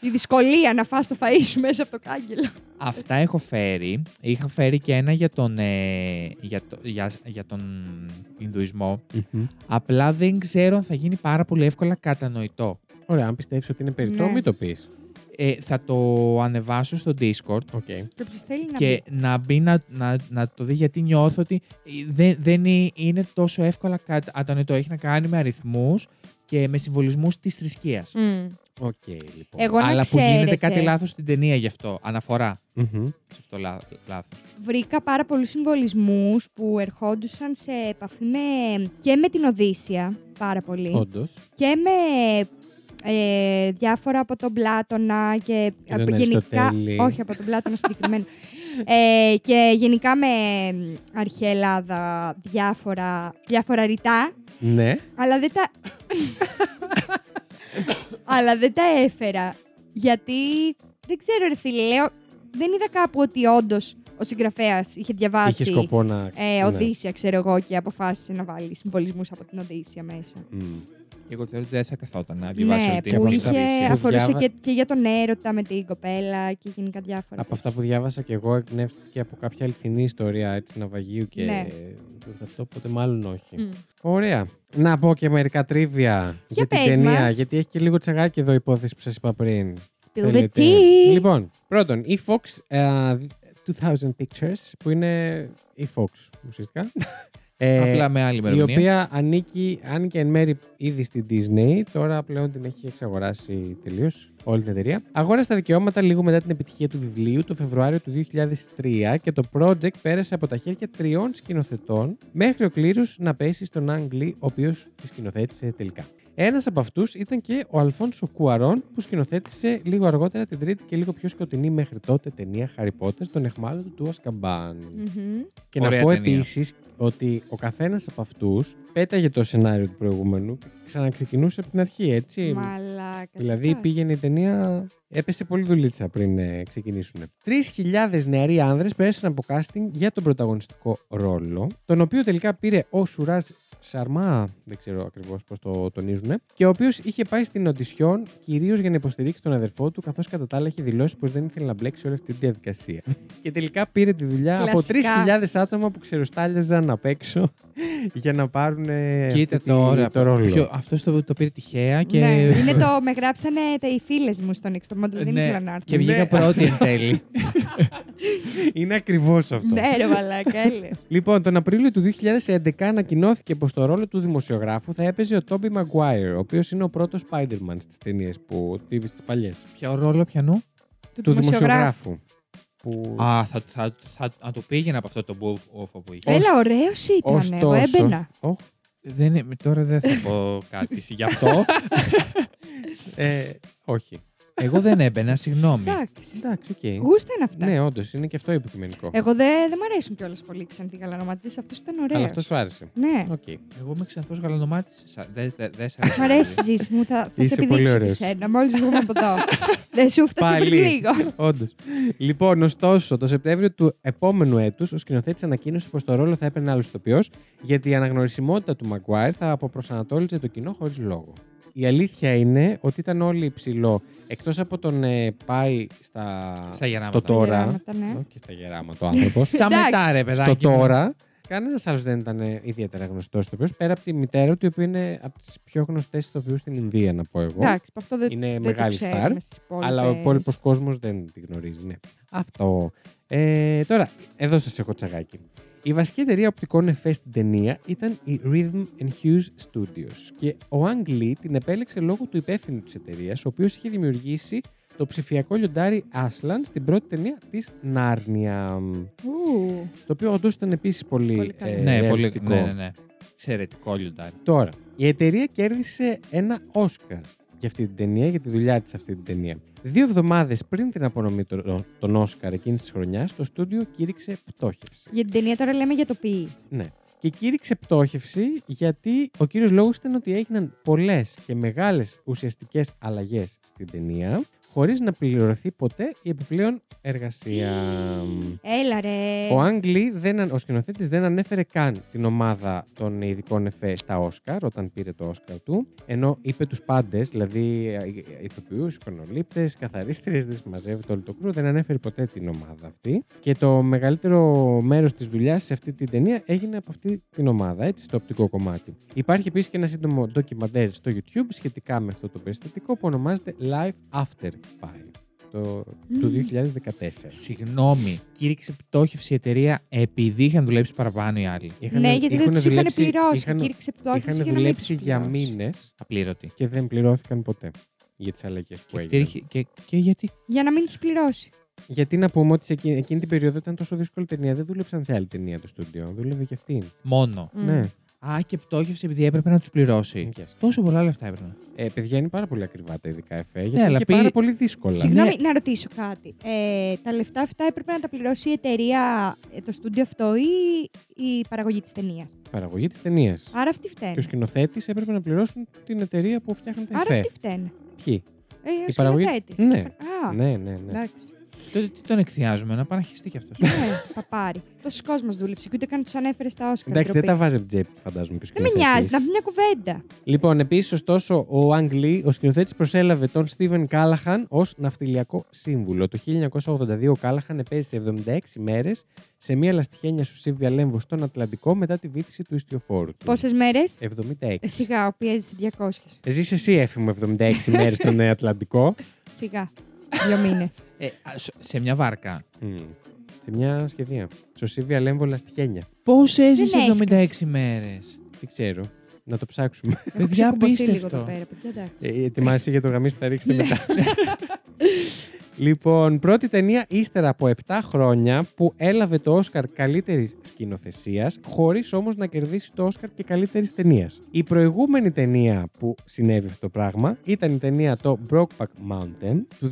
Η δυσκολία να φας το φαΐ σου μέσα από το κάγκελο.
Αυτά έχω φέρει. Είχα φέρει και ένα για τον, ε, για, το- για, για τον Ινδουισμό.
Μμμ.
Απλά δεν ξέρω αν θα γίνει πάρα πολύ εύκολα κατανοητό.
Ωραία, αν πιστεύεις ότι είναι περιττό,
Ναι.
μην το πεις.
Ε, θα το ανεβάσω στο Discord
Okay.
Και ποιος θέλει να
και να μπει να, να, να το δει γιατί νιώθω ότι ε, δεν, δεν ε- είναι τόσο εύκολα κατανοητό. Έχει να κάνει με αριθμούς και με συμβολισμούς της θρησκείας.
μπει. Μμμ.
λοιπόν.
Εγώ να
Αλλά που
ξέρετε,
γίνεται κάτι λάθος στην ταινία γι' αυτό. Αναφορά
Μμμ.
σε αυτό λά, λάθος.
βρήκα πάρα πολλούς συμβολισμούς που ερχόντουσαν σε επαφή με, και με την Οδύσσια πάρα πολύ
Όντως.
και με ε, διάφορα από τον Πλάτωνα και
Και τον
από- γενικά,
Αριστοτέλη.
όχι από τον Πλάτωνα συγκεκριμένα ε, και γενικά με αρχαία Ελλάδα διάφορα, διάφορα ρητά
Ναι.
αλλά δεν τα. αλλά δεν τα έφερα. Γιατί δεν ξέρω, ρε φίλε, λέω. Δεν είδα κάπου ότι όντως ο συγγραφέας είχε διαβάσει.
Είχε σκοπό να.
Ε,
ναι.
Οδύσσια, ξέρω εγώ, και αποφάσισε να βάλει συμβολισμούς από την Οδύσσια μέσα.
Μμ.
Εγώ θεωρώ ότι δεν θα καθόταν να διαβάσει
Ναι,
όλη την
που
εποχή.
είχε,
Που
αφορούσε
διάβα-
και, και για τον έρωτα με την κοπέλα και γενικά διάφορα.
Από αυτά που διάβασα και εγώ εμπνεύστηκε από κάποια αληθινή ιστορία έτσι ναυαγίου και
Ναι.
του αυτό, οπότε μάλλον όχι.
Mm.
Μμ.
Ωραία. Να πω και μερικά τρίβια για την
πες
ταινία,
μας.
γιατί έχει και λίγο τσαγάκι εδώ η υπόθεση που σας είπα πριν.
Spill the
Θέλετε.
tea!
Λοιπόν, πρώτον, η Fox ε, 2000 Pictures, που είναι η Fox ουσιαστικά, Ε,
Απλά με άλλη
η
ημερομηνία.
οποία ανήκει, ανήκε εν μέρη ήδη στην Disney, τώρα πλέον την έχει εξαγοράσει τελείως όλη την εταιρεία. Αγόρασε τα δικαιώματα λίγο μετά την επιτυχία του βιβλίου το Φεβρουάριο του 2003 και το project πέρασε από τα χέρια τριών σκηνοθετών μέχρι ο κλήρους να πέσει στον Άγγλι, ο οποίος τη σκηνοθέτησε τελικά. Ένας από αυτούς ήταν και ο Αλφόνσο Κουαρόν, που σκηνοθέτησε λίγο αργότερα την τρίτη και λίγο πιο σκοτεινή μέχρι τότε ταινία Harry Potter, τον εχμάλωτο του Ασκαμπάν.
Μμμ.
Και
Ωραία
να πω
ταινία.
επίσης ότι ο καθένας από αυτούς πέταγε το σενάριο του προηγούμενου και ξαναξεκινούσε από την αρχή, έτσι.
Μαλάκας.
Δηλαδή
τι
πήγαινε η ταινία. Έπεσε πολύ δουλίτσα πριν ε, ξεκινήσουν. 3.000 νεαροί άνδρες πέρασαν από casting για τον πρωταγωνιστικό ρόλο, τον οποίο τελικά πήρε ο Σουράζ Σαρμά, δεν ξέρω ακριβώς πώς το τονίζουν, και ο οποίος είχε πάει στην Οντισιόν κυρίως για να υποστηρίξει τον αδερφό του, καθώς κατά τα άλλα είχε δηλώσει πως δεν ήθελε να μπλέξει όλη αυτή τη διαδικασία. και τελικά πήρε τη δουλειά
Κλασικά.
από 3.000 άτομα που ξεροστάλιαζαν απ' έξω για να πάρουν ε,
Κοίτα
αυτή τη-
τώρα.
το ρόλο.
ποιο- αυτός το, το πήρε τυχαία και.
Ναι, είναι το, με γράψανε τα οι φίλες μου στον Ιξτομόντ, δεν
Ναι,
ήθελα να έρθω.
Και βγήκα
Ε, Ναι.
πρώτη εν τέλει.
Είναι ακριβώς αυτό.
Ναι, ρε μαλάκα, έλε.
Λοιπόν, τον Απρίλιο του 2011 ανακοινώθηκε πως το ρόλο του δημοσιογράφου θα έπαιζε ο Τόμπι Μαγκουάιρ, ο οποίος είναι ο πρώτος Spider-Man στις ταινίες που. τι παλιές.
Ποιο ρόλο πιανού.
Του δημοσιογράφου. Που...
Α, θα, θα, θα, θα το πήγαινα από αυτό το boof όφο που είχε.
Έλα, ωραίο ήταν. Εγώ έμπαινα.
Οχ,
Δεν, είναι- τώρα δεν θα πω κάτι γι' αυτό.
ε, όχι.
Εγώ δεν έμπαινα, συγγνώμη.
Εντάξει.
Εντάξει, οκ.
Γούστα είναι αυτά.
Ναι, όντως, είναι και αυτό επικειμενικό.
Εγώ δεν δεν μ' αρέσουν κιόλας πολύ οι ξανθοί γαλανομάτι. Αυτός ήταν
Αλλά
ωραίο.
αυτός σου άρεσε.
Ναι.
Οκ.
Εγώ είμαι ξανθός γαλανομάτι. Δεν δε, δε σ' αρέσει.
Μ' αρέσει, Ζήση μου. Θα, θα σε
Είσαι πολύ
επιδείξω
ωραίος.
και σένα. Μόλις βγούμε από εδώ. Δεν σου φτάσε πριν
Πάλι.
λίγο.
Όντως. Λοιπόν, ωστόσο, το Σεπτέμβριο του επόμενου έτους, ο σκηνοθέτης ανακοίνωσε πως το ρόλο θα έπαιρνε άλλος ηθοποιός, γιατί η αναγνωρισιμότητα του Maguire θα αποπροσανατόλιζε το κοινό χωρίς λόγο. Η αλήθεια είναι ότι ήταν όλοι υψηλό, εκτός από τον ε, πάει στα.
Στα γεράματα.
στο τώρα.
Γεράματα, ναι.
Όχι στα γεράματα ο άνθρωπος.
Στα
Εντάξει.
μετά, ρε παιδάκι.
στο
μου.
τώρα. Κανένας άλλος δεν ήταν ε, ιδιαίτερα γνωστός ηθοποιό, πέρα από τη μητέρα του, η οποία είναι από τις πιο γνωστές ηθοποιούς στην Ινδία, να πω εγώ.
Εντάξει, από αυτό δεν
Είναι
δεν το
μεγάλη
ξέρουμε
στάρ.
στις υπόλοιπες.
Αλλά ο υπόλοιπος κόσμος δεν τη γνωρίζει. Ναι. Αυτό. Ε, τώρα, εδώ σας έχω τσαγάκι. Η βασική εταιρεία οπτικών εφές στην ταινία ήταν η Rhythm and Hues Studios και ο Ang Lee την επέλεξε λόγω του υπεύθυνου της εταιρείας, ο οποίος είχε δημιουργήσει το ψηφιακό λιοντάρι Aslan στην πρώτη ταινία της Νάρνια.
Ου,
Το οποίο όντως ήταν επίσης πολύ,
Πολύ καλό.
ε,
Ναι, πολύ.
ρεαλιστικό.
Ναι, ναι, ναι. Εξαιρετικό λιοντάρι.
Τώρα, η εταιρεία κέρδισε ένα Όσκαρ για αυτή την ταινία, για τη δουλειά της αυτή την ταινία. Δύο εβδομάδες πριν την απονομή των των Όσκαρ εκείνης της χρονιάς, το στούντιο κήρυξε πτώχευση.
Για την ταινία τώρα λέμε για το ποιή.
Ναι. Και κήρυξε πτώχευση γιατί ο κύριος λόγος ήταν ότι έγιναν πολλές και μεγάλες ουσιαστικές αλλαγές στην ταινία χωρίς να πληρωθεί ποτέ η επιπλέον εργασία.
Έλα ρε.
Ο Άγγλι, δεν, αν- ο σκηνοθέτης, δεν ανέφερε καν την ομάδα των ειδικών εφέ στα Όσκαρ όταν πήρε το Όσκαρ του. Ενώ είπε τους πάντες, δηλαδή ηθοποιού, εικονολήπτε, καθαρίστριες, δεν συμμαζεύει το όλο το κρού, δεν ανέφερε ποτέ την ομάδα αυτή. Και το μεγαλύτερο μέρος της δουλειάς σε αυτή την ταινία έγινε από αυτή την ομάδα, έτσι, στο οπτικό κομμάτι. Υπάρχει επίσης και ένα σύντομο ντοκιμαντέρ στο YouTube σχετικά με αυτό το περιστατικό που ονομάζεται Live After Pie. Το, του
Μμμ.
2014.
Συγγνώμη. Κήρυξε πτώχευση η εταιρεία επειδή είχαν δουλέψει παραπάνω οι άλλοι.
Είχανε-
Ναι, γιατί δεν
είχουνε
τους είχαν
δουλέψει-
πληρώσει.
είχαν-
Κήρυξε πτώχευση
Είχαν
για να μην τους
δουλέψει για
πληρώσει.
μήνες
Απλήρωτη.
και δεν πληρώθηκαν ποτέ για τις αλλαγές που
Και,
έγιναν.
κτήρυχε- και, και γιατί.
Για να μην τους πληρώσει.
Γιατί να πούμε ότι σε εκείνη, εκείνη την περίοδο ήταν τόσο δύσκολη ταινία, δεν δούλεψαν σε άλλη ταινία το στούντιο. Δούλευε και αυτή.
Mm.
Μόνο.
Ναι.
Α, και πτώχευσε επειδή έπρεπε να τους πληρώσει.
Yes.
Τόσο πολλά λεφτά έπαιρνε.
Ε, παιδιά είναι πάρα πολύ ακριβά τα ειδικά εφέ, γιατί
Ναι,
είναι
αλλά
και
πήγε-
πάρα πολύ δύσκολα. Ναι,
Συγγνώμη, να ρωτήσω κάτι. Ε, τα λεφτά αυτά έπρεπε να τα πληρώσει η εταιρεία, ε, το στούντιο αυτό ή η παραγωγή της ταινίας.
Η παραγωγή της ταινίας.
Άρα αυτοί
Και ο
φταίνε.
σκηνοθέτης έπρεπε να πληρώσουν την εταιρεία που φτιάχνει τα
Άρα
εφέ.
αυτοί φταίνε.
Ποιοι.
Ε, ο
Η παραγωγή-
σκηνοθέτης.
Ναι.
Α,
Ναι, ναι, ναι.
εντάξει.
Τότε τι τον εκθιάζουμε, να παναχιστεί κι αυτός.
Ναι, παπάρι. Τόσος κόσμος δούλεψε και ούτε καν τους ανέφερε στα Όσκαρ.
Εντάξει, δεν
ντροπή.
τα βάζει από την τσέπη, φαντάζομαι. και ο
Δεν με
σκηνοθέτης.
νοιάζει, να πει μια κουβέντα.
Λοιπόν, επίσης, ωστόσο, ο Άγγλι, ο σκηνοθέτης, προσέλαβε τον Στίβεν Κάλαχαν ως ναυτιλιακό σύμβουλο. Το 1982 ο Κάλαχαν επέζησε 76 μέρες σε μια λαστιχένια σουσίβια λέμβο στον Ατλαντικό μετά τη βήθηση του ιστιοφόρου του.
Πόσες μέρες.
76.
Ε, σιγά, ο πιέζει 200.
Ε, Ζεις εσύ, έφη μου, 76 μέρες στον ε, Ατλαντικό.
Σιγά. Δύο μήνες.
Ε, α, σ- σε μια βάρκα.
Μμ. σε μια σχεδία. Σωσίβια λέμβολα στη Χένια.
Πώς έζησες
Δεν έσκασε.
76 μέρες.
Δεν ξέρω. Να το ψάξουμε.
Έχω
Παιδιά,
ξεκουμπωθεί λίγο
απίστευτο.
εδώ πέρα. παιδιά, εντάξει.
Ε, ετοιμάσαι για το γαμί που θα ρίξετε
Ναι.
μετά. λοιπόν, πρώτη ταινία ύστερα από 7 χρόνια που έλαβε το Όσκαρ καλύτερης σκηνοθεσίας, χωρίς όμως να κερδίσει το Όσκαρ και καλύτερης ταινίας. Η προηγούμενη ταινία που συνέβη αυτό το πράγμα ήταν η ταινία το Brokeback Mountain του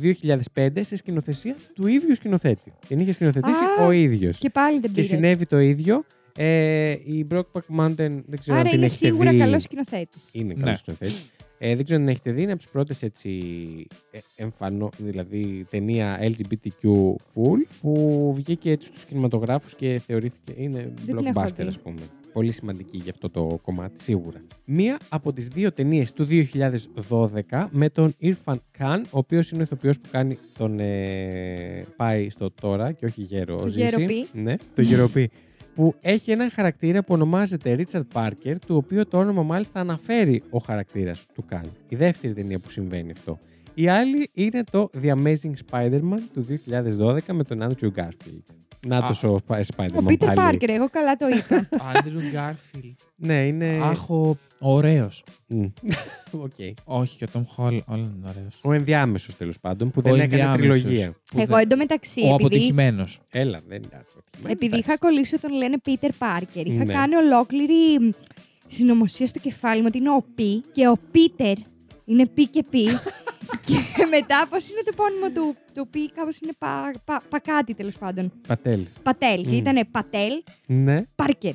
2005 σε σκηνοθεσία του ίδιου σκηνοθέτη. Την είχε σκηνοθετήσει
Α,
ο ίδιος. Και,
Και πάλι δεν πήρε.
συνέβη το ίδιο. Ε, η Brokeback Mountain δεν ξέρω αν
Άρα
την
είναι
έχετε
σίγουρα
δει.
καλός σκηνοθέτης.
Είναι
Ναι.
καλός σκηνοθέτης. Ε, δεν ξέρω αν την έχετε δει, είναι από τις πρώτες έτσι ε, εμφανώ, δηλαδή ταινία LGBTQ full που βγήκε έτσι στους κινηματογράφους και θεωρήθηκε, είναι
την έχω
blockbuster
δει.
ας πούμε. Πολύ σημαντική για αυτό το κομμάτι, σίγουρα. Μία από τις δύο ταινίες του 2012 με τον Irfan Khan, ο οποίος είναι ο ηθοποιός που κάνει τον ε, πάει στο τώρα και όχι γέρο.
Το
ζήσει.
γεροπή.
Ναι, το γεροπή που έχει έναν χαρακτήρα που ονομάζεται Ρίτσαρτ Πάρκερ, του οποίου το όνομα μάλιστα αναφέρει ο χαρακτήρας του Καν. Η δεύτερη ταινία που συμβαίνει αυτό. Η άλλη είναι το The Amazing Spider-Man του 2012 με τον Andrew Garfield. Να το
Α.
ο Spy-
Ο
Spider-Man
Πίτερ
πάλι.
Πάρκερ, εγώ καλά το είπα.
Άντριου Γκάρφιλ.
Ναι,
Ε,
είναι...
Άχο, ωραίος.
Μμ. Οκ.
Όχι, και ο Τόμ Χολ, όλα είναι ωραίος.
Ο ενδιάμεσος τέλος πάντων, που
Ο
δεν έκανε
ενδιάμεσος.
τριλογία.
εγώ εντωμεταξύ,
Ο
επειδή,
αποτυχημένος.
Έλα, δεν ήταν. αποτυχημένος.
επειδή είχα κολλήσει όταν λένε Πίτερ Πάρκερ, είχα
Ναι.
κάνει ολόκληρη συνωμοσία στο κεφάλι μου ότι είναι ο Πι και ο Πίτερ είναι Πι και Πι. και μετά, πώς είναι το επώνυμο του, του Πι, κάπως είναι πα, πα, πακάτι τέλος πάντων.
Πατέλ.
Πατέλ. Και
Μμμ.
ήταν Πατέλ
Ναι.
Πάρκερ.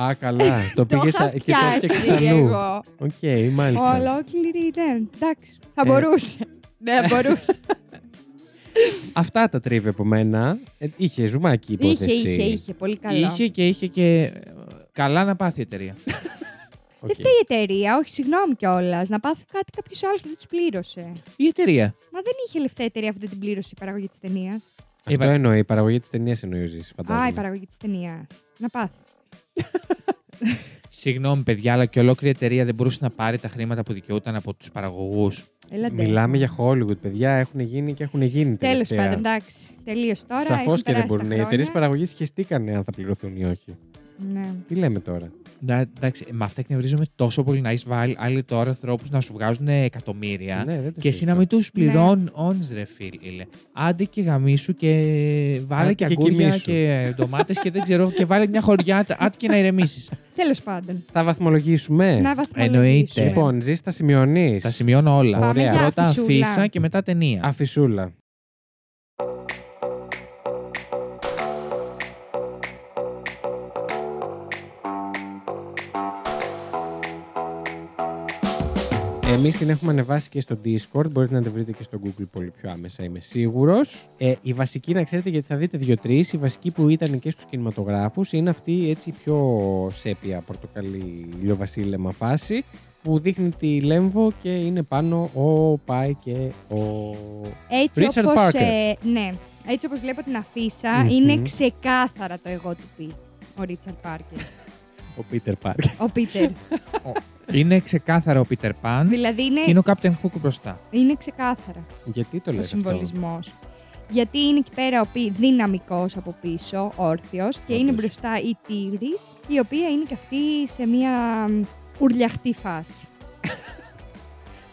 Α, καλά. το
Ε, Το
πήγες
είχα
σα- και το έφτιαξε
φτιάξει
αλλού.
εγώ.
Οκ, μάλιστα.
Ολόκληρη ήταν. Εντάξει. Θα
Ε.
μπορούσε. Ναι, θα μπορούσε.
Αυτά τα τρίβε από μένα. Ε, είχε ζουμάκι η
είχε,
υπόθεση.
είχε, είχε. Πολύ καλό.
Είχε και είχε και. ε, Καλά να πάθει η εταιρεία.
Οκ.
Δεν φταίει η εταιρεία, όχι, συγγνώμη κιόλας. Να πάθει κάτι κάποιος άλλος που δεν τους πλήρωσε.
Η εταιρεία.
Μα δεν είχε λεφτά η εταιρεία αφού δεν την πλήρωσε η παραγωγή της ταινίας.
Αυτό
Είπα-
εννοεί. Η παραγωγή της ταινίας εννοείς ο Ζήσης, φαντάζομαι.
Α, η παραγωγή της ταινίας. Να πάθει.
Συγγνώμη, παιδιά, αλλά και ολόκληρη η εταιρεία δεν μπορούσε να πάρει τα χρήματα που δικαιούταν από τους παραγωγούς.
Έλατε.
Μιλάμε για Hollywood, παιδιά. Έχουν γίνει και έχουν γίνει
Τέλος
τελευταία.
πάντων, εντάξει. Τελείωσε τώρα.
Σαφώς
έχουν
και δεν
περάσει
μπορούν.
τα
Οι εταιρείες
χρόνια.
παραγωγής σχεστήκανε αν θα πληρωθούν ή όχι.
Ναι.
Τι λέμε τώρα.
Να, εντάξει, με αυτά εκνευρίζομαι τόσο πολύ να έχεις βάλει άλλοι τώρα ανθρώπους να σου βγάζουν εκατομμύρια.
Ναι, δεν το
Και εσύ να
συζητώ.
μην τους πληρώνει, ρε φίλε. Άντε και γαμίσου και βάλε
Άντε
και
και
αγκούρια
κοιμήσου.
και ντομάτες και δεν ξέρω. Και βάλε μια χωριά, άντε και να ηρεμήσεις.
Τέλος πάντων.
Θα βαθμολογήσουμε.
Να
εννοείται.
βαθμολογήσουμε.
Λοιπόν, Ζή, τα σημειώνεις.
Τα σημειώνω όλα.
Πάμε
Ωραία.
για
Πρώτα
αφισούλα.
αφίσα και μετά ταινία.
Αφισούλα. Εμείς την έχουμε ανεβάσει και στο Discord, μπορείτε να την βρείτε και στο Google πολύ πιο άμεσα, είμαι σίγουρος. Ε, η βασική, να ξέρετε, γιατί θα δείτε δύο-τρεις, η βασική που ήταν και στους κινηματογράφους είναι αυτή έτσι η πιο σέπια πορτοκαλί ηλιοβασίλεμα φάση που δείχνει τη Λέμβο και είναι πάνω ο Πάι και ο...
Έτσι
Richard
όπως.
Parker.
ναι. Έτσι όπως βλέπω την αφισα
Μμμ.
είναι ξεκάθαρα το εγώ του πει ο Ρίτσαρντ Πάρκερ.
Ο Πίτερ Πάρκερ.
ο Πίτερ.
Είναι ξεκάθαρο ο Peter Pan
δηλαδή
και είναι
είναι,
ο Captain Hook μπροστά.
είναι ξεκάθαρα.
Γιατί το
ο
λες αυτό.
συμβολισμός. Γιατί είναι εκεί πέρα ο πι- δυναμικός από πίσω, όρθιος, και είναι
Όντως.
μπροστά η τίγρης, η οποία είναι και αυτή σε μια μ, ουρλιαχτή φάση.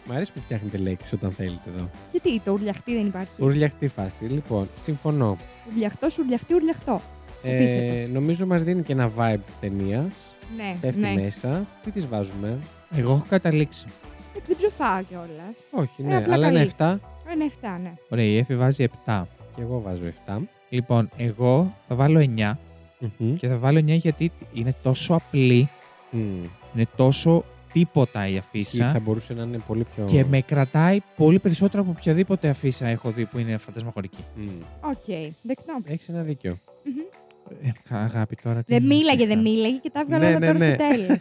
Μ' αρέσει που φτιάχνετε λέξεις όταν θέλετε εδώ.
Γιατί το ουρλιαχτή δεν υπάρχει.
Ουρλιαχτή φάση. Λοιπόν, συμφωνώ.
Ουρλιαχτός, ουρλιαχτή, ουρλιαχτό.
Ε,
Επίθετο.
νομίζω μας δίνει και ένα vibe της ταινίας.
Ναι,
Πέφτει
ναι. Ε,
μέσα. Τι τις βάζουμε.
Εγώ έχω καταλήξει.
Εντάξει, δεν ψοφάω κιόλα.
Όχι,
Ε,
ναι.
απλά
αλλά
καλή.
είναι 7
Είναι 7, ναι.
Ωραία, η Εφη βάζει 7.
και εγώ βάζω 7.
Λοιπόν, εγώ θα βάλω 9
Μμμ.
και θα βάλω 9 γιατί είναι τόσο απλή,
Μμ.
είναι τόσο τίποτα η
Ισχύει,
αφίσα.
Θα μπορούσε να είναι πολύ πιο...
Και με κρατάει πολύ περισσότερο από οποιαδήποτε αφίσα έχω δει που είναι φαντασμαγορική.
Μμ.
Οκ, δεκτό.
Έχεις ένα δίκιο.
Μμμ.
Ε, αγάπη τώρα. τι
Δεν
είναι
μίλαγε,
αυτά.
δεν μίλαγε και τα έβγαλα
Ναι,
όλα
ναι,
τώρα
ναι.
στο τέλο.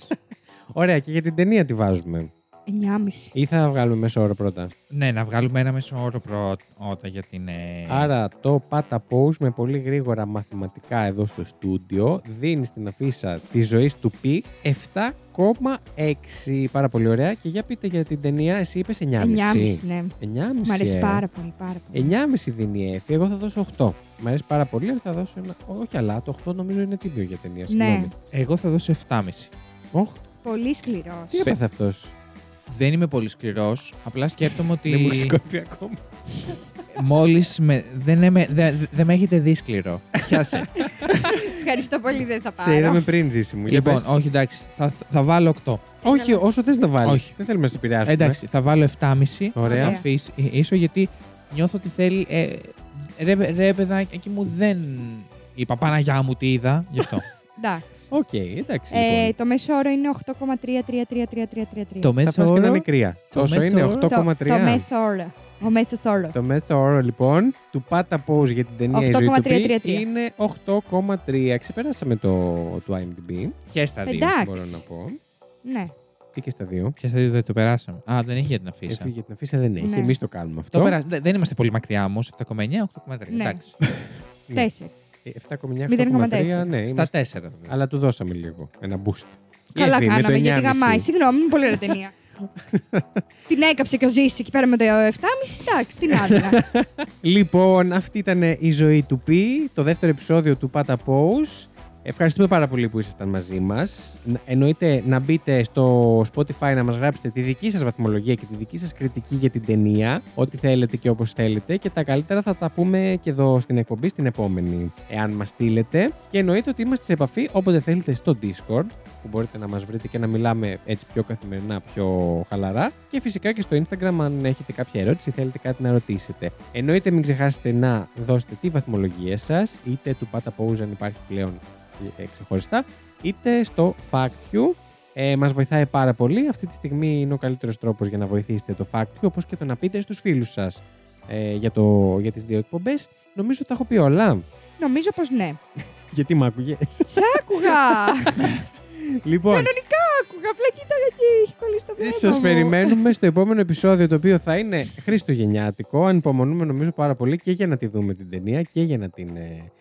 Ωραία, και για την ταινία τη βάζουμε.
9,5.
Ή θα βγάλουμε μέσο όρο πρώτα.
Ναι, να βγάλουμε ένα μέσο όρο πρώτα για την. ε,
Άρα το πάτα pose με πολύ γρήγορα μαθηματικά εδώ στο στούντιο δίνει στην αφίσα της ζωής του πι 7,6. Πάρα πολύ ωραία. Και για πείτε για την ταινία, εσύ είπες 9,5.
9,5, ναι.
9,5.
Μ' αρέσει
ε.
πάρα πολύ, πάρα πολύ.
9,5 δίνει η Εφη, εγώ θα δώσω 8. Μ' αρέσει πάρα πολύ, αλλά θα δώσω ένα. Όχι, αλλά το 8 νομίζω είναι τίμιο για
Ναι.
ταινία. Συγγνώμη.
Εγώ θα δώσω 7,5.
Οχ,
Πολύ σκληρός.
τι έπαθε αυτός.
Δεν είμαι πολύ σκληρός. Απλά σκέφτομαι
Δεν μου
ότι
έχει σηκωθεί ακόμα.
μόλις. Με... Δεν, είμαι- δεν- δεν με έχετε δει σκληρό. Πιάσε.
Ευχαριστώ πολύ, δεν θα
Σε
πάρω.
είδαμε πριν ζήσει μου.
λοιπόν, όχι, εντάξει. Θα, θα βάλω 8.
όχι, όσο θες να βάλεις.
Όχι.
Δεν θέλουμε να σε επηρεάσουμε.
Εντάξει, θα βάλω 7,5.
Ωραία.
Θα αφήσω, ε, ίσο γιατί νιώθω ότι θέλει. Ε, ρε, ρε παιδάκι, εκεί μου δεν. Είπα Παναγιά μου τι είδα, γι' αυτό.
Εντάξει.
Οκ, εντάξει. λοιπόν.
Ε, το μέσο όρο είναι 8,333333.
το
Θα
μέσο
φας και να
όρο.
είναι κρύα.
το
Τόσο
μέσο
είναι,
όρο-
Το-
8,3.
Το μέσο όρο. Ο μέσος όρος.
Το μέσο όρο λοιπόν του Πάτα Pose για την ταινία Η ζωή του Πι
8,333.
είναι 8,3. Ξεπεράσαμε το του IMDb,
Και στα δύο.
Εντάξει.
μπορώ να πω.
Ναι.
Τι και στα δύο.
Και στα δύο δεν το περάσαμε. Α, δεν έχει για την αφήσα.
Έφυγε την αφήσα δεν έχει.
Ναι.
Εμείς το κάνουμε
Το
αυτό.
περα... δε- Δεν είμαστε πολύ μακριά όμως. 7,9, 8,3.
Ναι.
Εντάξει.
Ναι.
Τέσσερι.
Ε, 7,9
0,4.
8,3. Ναι,
Στα
είμαστε...
4.
Αλλά του δώσαμε λίγο. Ένα boost. Η
Καλά
Εφη με το
κάναμε γιατί
9,5.
γαμάει. Συγγνώμη, είναι πολύ ωραία ταινία. την έκαψε και ο Ζήση εκεί πέρα με το 7,5. Εντάξει, την άδεια.
Λοιπόν, αυτή ήταν η ζωή του Πι, το δεύτερο επεισόδιο του Πάτα Pose. Ευχαριστούμε πάρα πολύ που ήσασταν μαζί μας. Εννοείται να μπείτε στο Spotify να μας γράψετε τη δική σας βαθμολογία και τη δική σας κριτική για την ταινία, ό,τι θέλετε και όπως θέλετε. Και τα καλύτερα θα τα πούμε και εδώ στην εκπομπή, στην επόμενη, εάν μας στείλετε. Και εννοείται ότι είμαστε σε επαφή όποτε θέλετε στο Discord, που μπορείτε να μας βρείτε και να μιλάμε έτσι πιο καθημερινά, πιο χαλαρά. Και φυσικά και στο Instagram, αν έχετε κάποια ερώτηση, θέλετε κάτι να ρωτήσετε. Εννοείται μην ξεχάσετε να δώσετε τη βαθμολογία σας, είτε του Πάτα Pose αν υπάρχει πλέον ε, ξεχωριστά, είτε στο Fact You. Ε, μας βοηθάει πάρα πολύ. Αυτή τη στιγμή είναι ο καλύτερος τρόπος για να βοηθήσετε το Fact You, όπως και το να πείτε στους φίλους σας ε, για, το, για τις δύο εκπομπές. Νομίζω τα έχω πει όλα.
Νομίζω πως ναι.
Γιατί μ' άκουγες.
Σε άκουγα.
λοιπόν,
Κανονικά άκουγα. Απλά κοίταγα και είχε κολλήσει το βλέμμα.
σας
μου.
περιμένουμε στο επόμενο επεισόδιο το οποίο θα είναι χριστουγεννιάτικο. Ανυπομονούμε νομίζω πάρα πολύ και για να τη δούμε την ταινία και για να την... ε,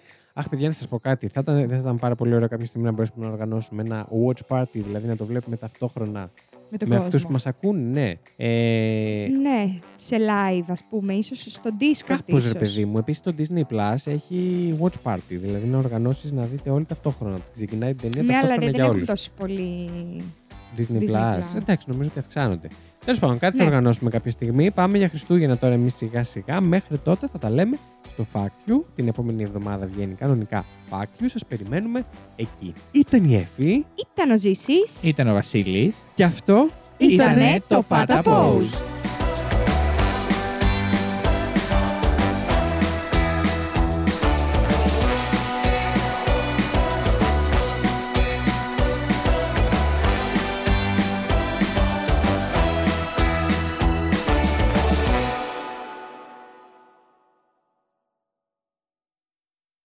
Αχ, παιδιά, να σας πω κάτι. Θα ήταν, δεν θα ήταν πάρα πολύ ωραίο κάποια στιγμή να μπορέσουμε να οργανώσουμε ένα watch party, δηλαδή να το βλέπουμε ταυτόχρονα
Με τον
με αυτού
κόσμο.
που μας ακούν, ναι. Ε,
Ναι, σε live, ας πούμε, ίσως στο Discord.
Κάπως
ίσως.
ρε παιδί μου. Επίσης το Disney Plus έχει watch party. Δηλαδή να οργανώσεις να δείτε όλοι ταυτόχρονα. Ξεκινάει η ταινία
Ναι, αλλά
ταυτόχρονα
ρε, δεν
για
έχουν
όλους.
τόσο πολύ.
Disney,
Disney
Plus.
Plus.
Εντάξει, νομίζω ότι αυξάνονται. Τέλος πάντων, κάτι θα
Ναι.
οργανώσουμε κάποια στιγμή. Πάμε για Χριστούγεννα τώρα εμείς σιγά σιγά. Μέχρι τότε θα τα λέμε στο Fact You. Την επόμενη εβδομάδα βγαίνει κανονικά Fact You. Σας περιμένουμε εκεί. Ήταν η Εφη
Ήταν ο Ζήσης.
Ήταν ο Βασίλης.
και αυτό
Ήτανε το Πάτα Pose.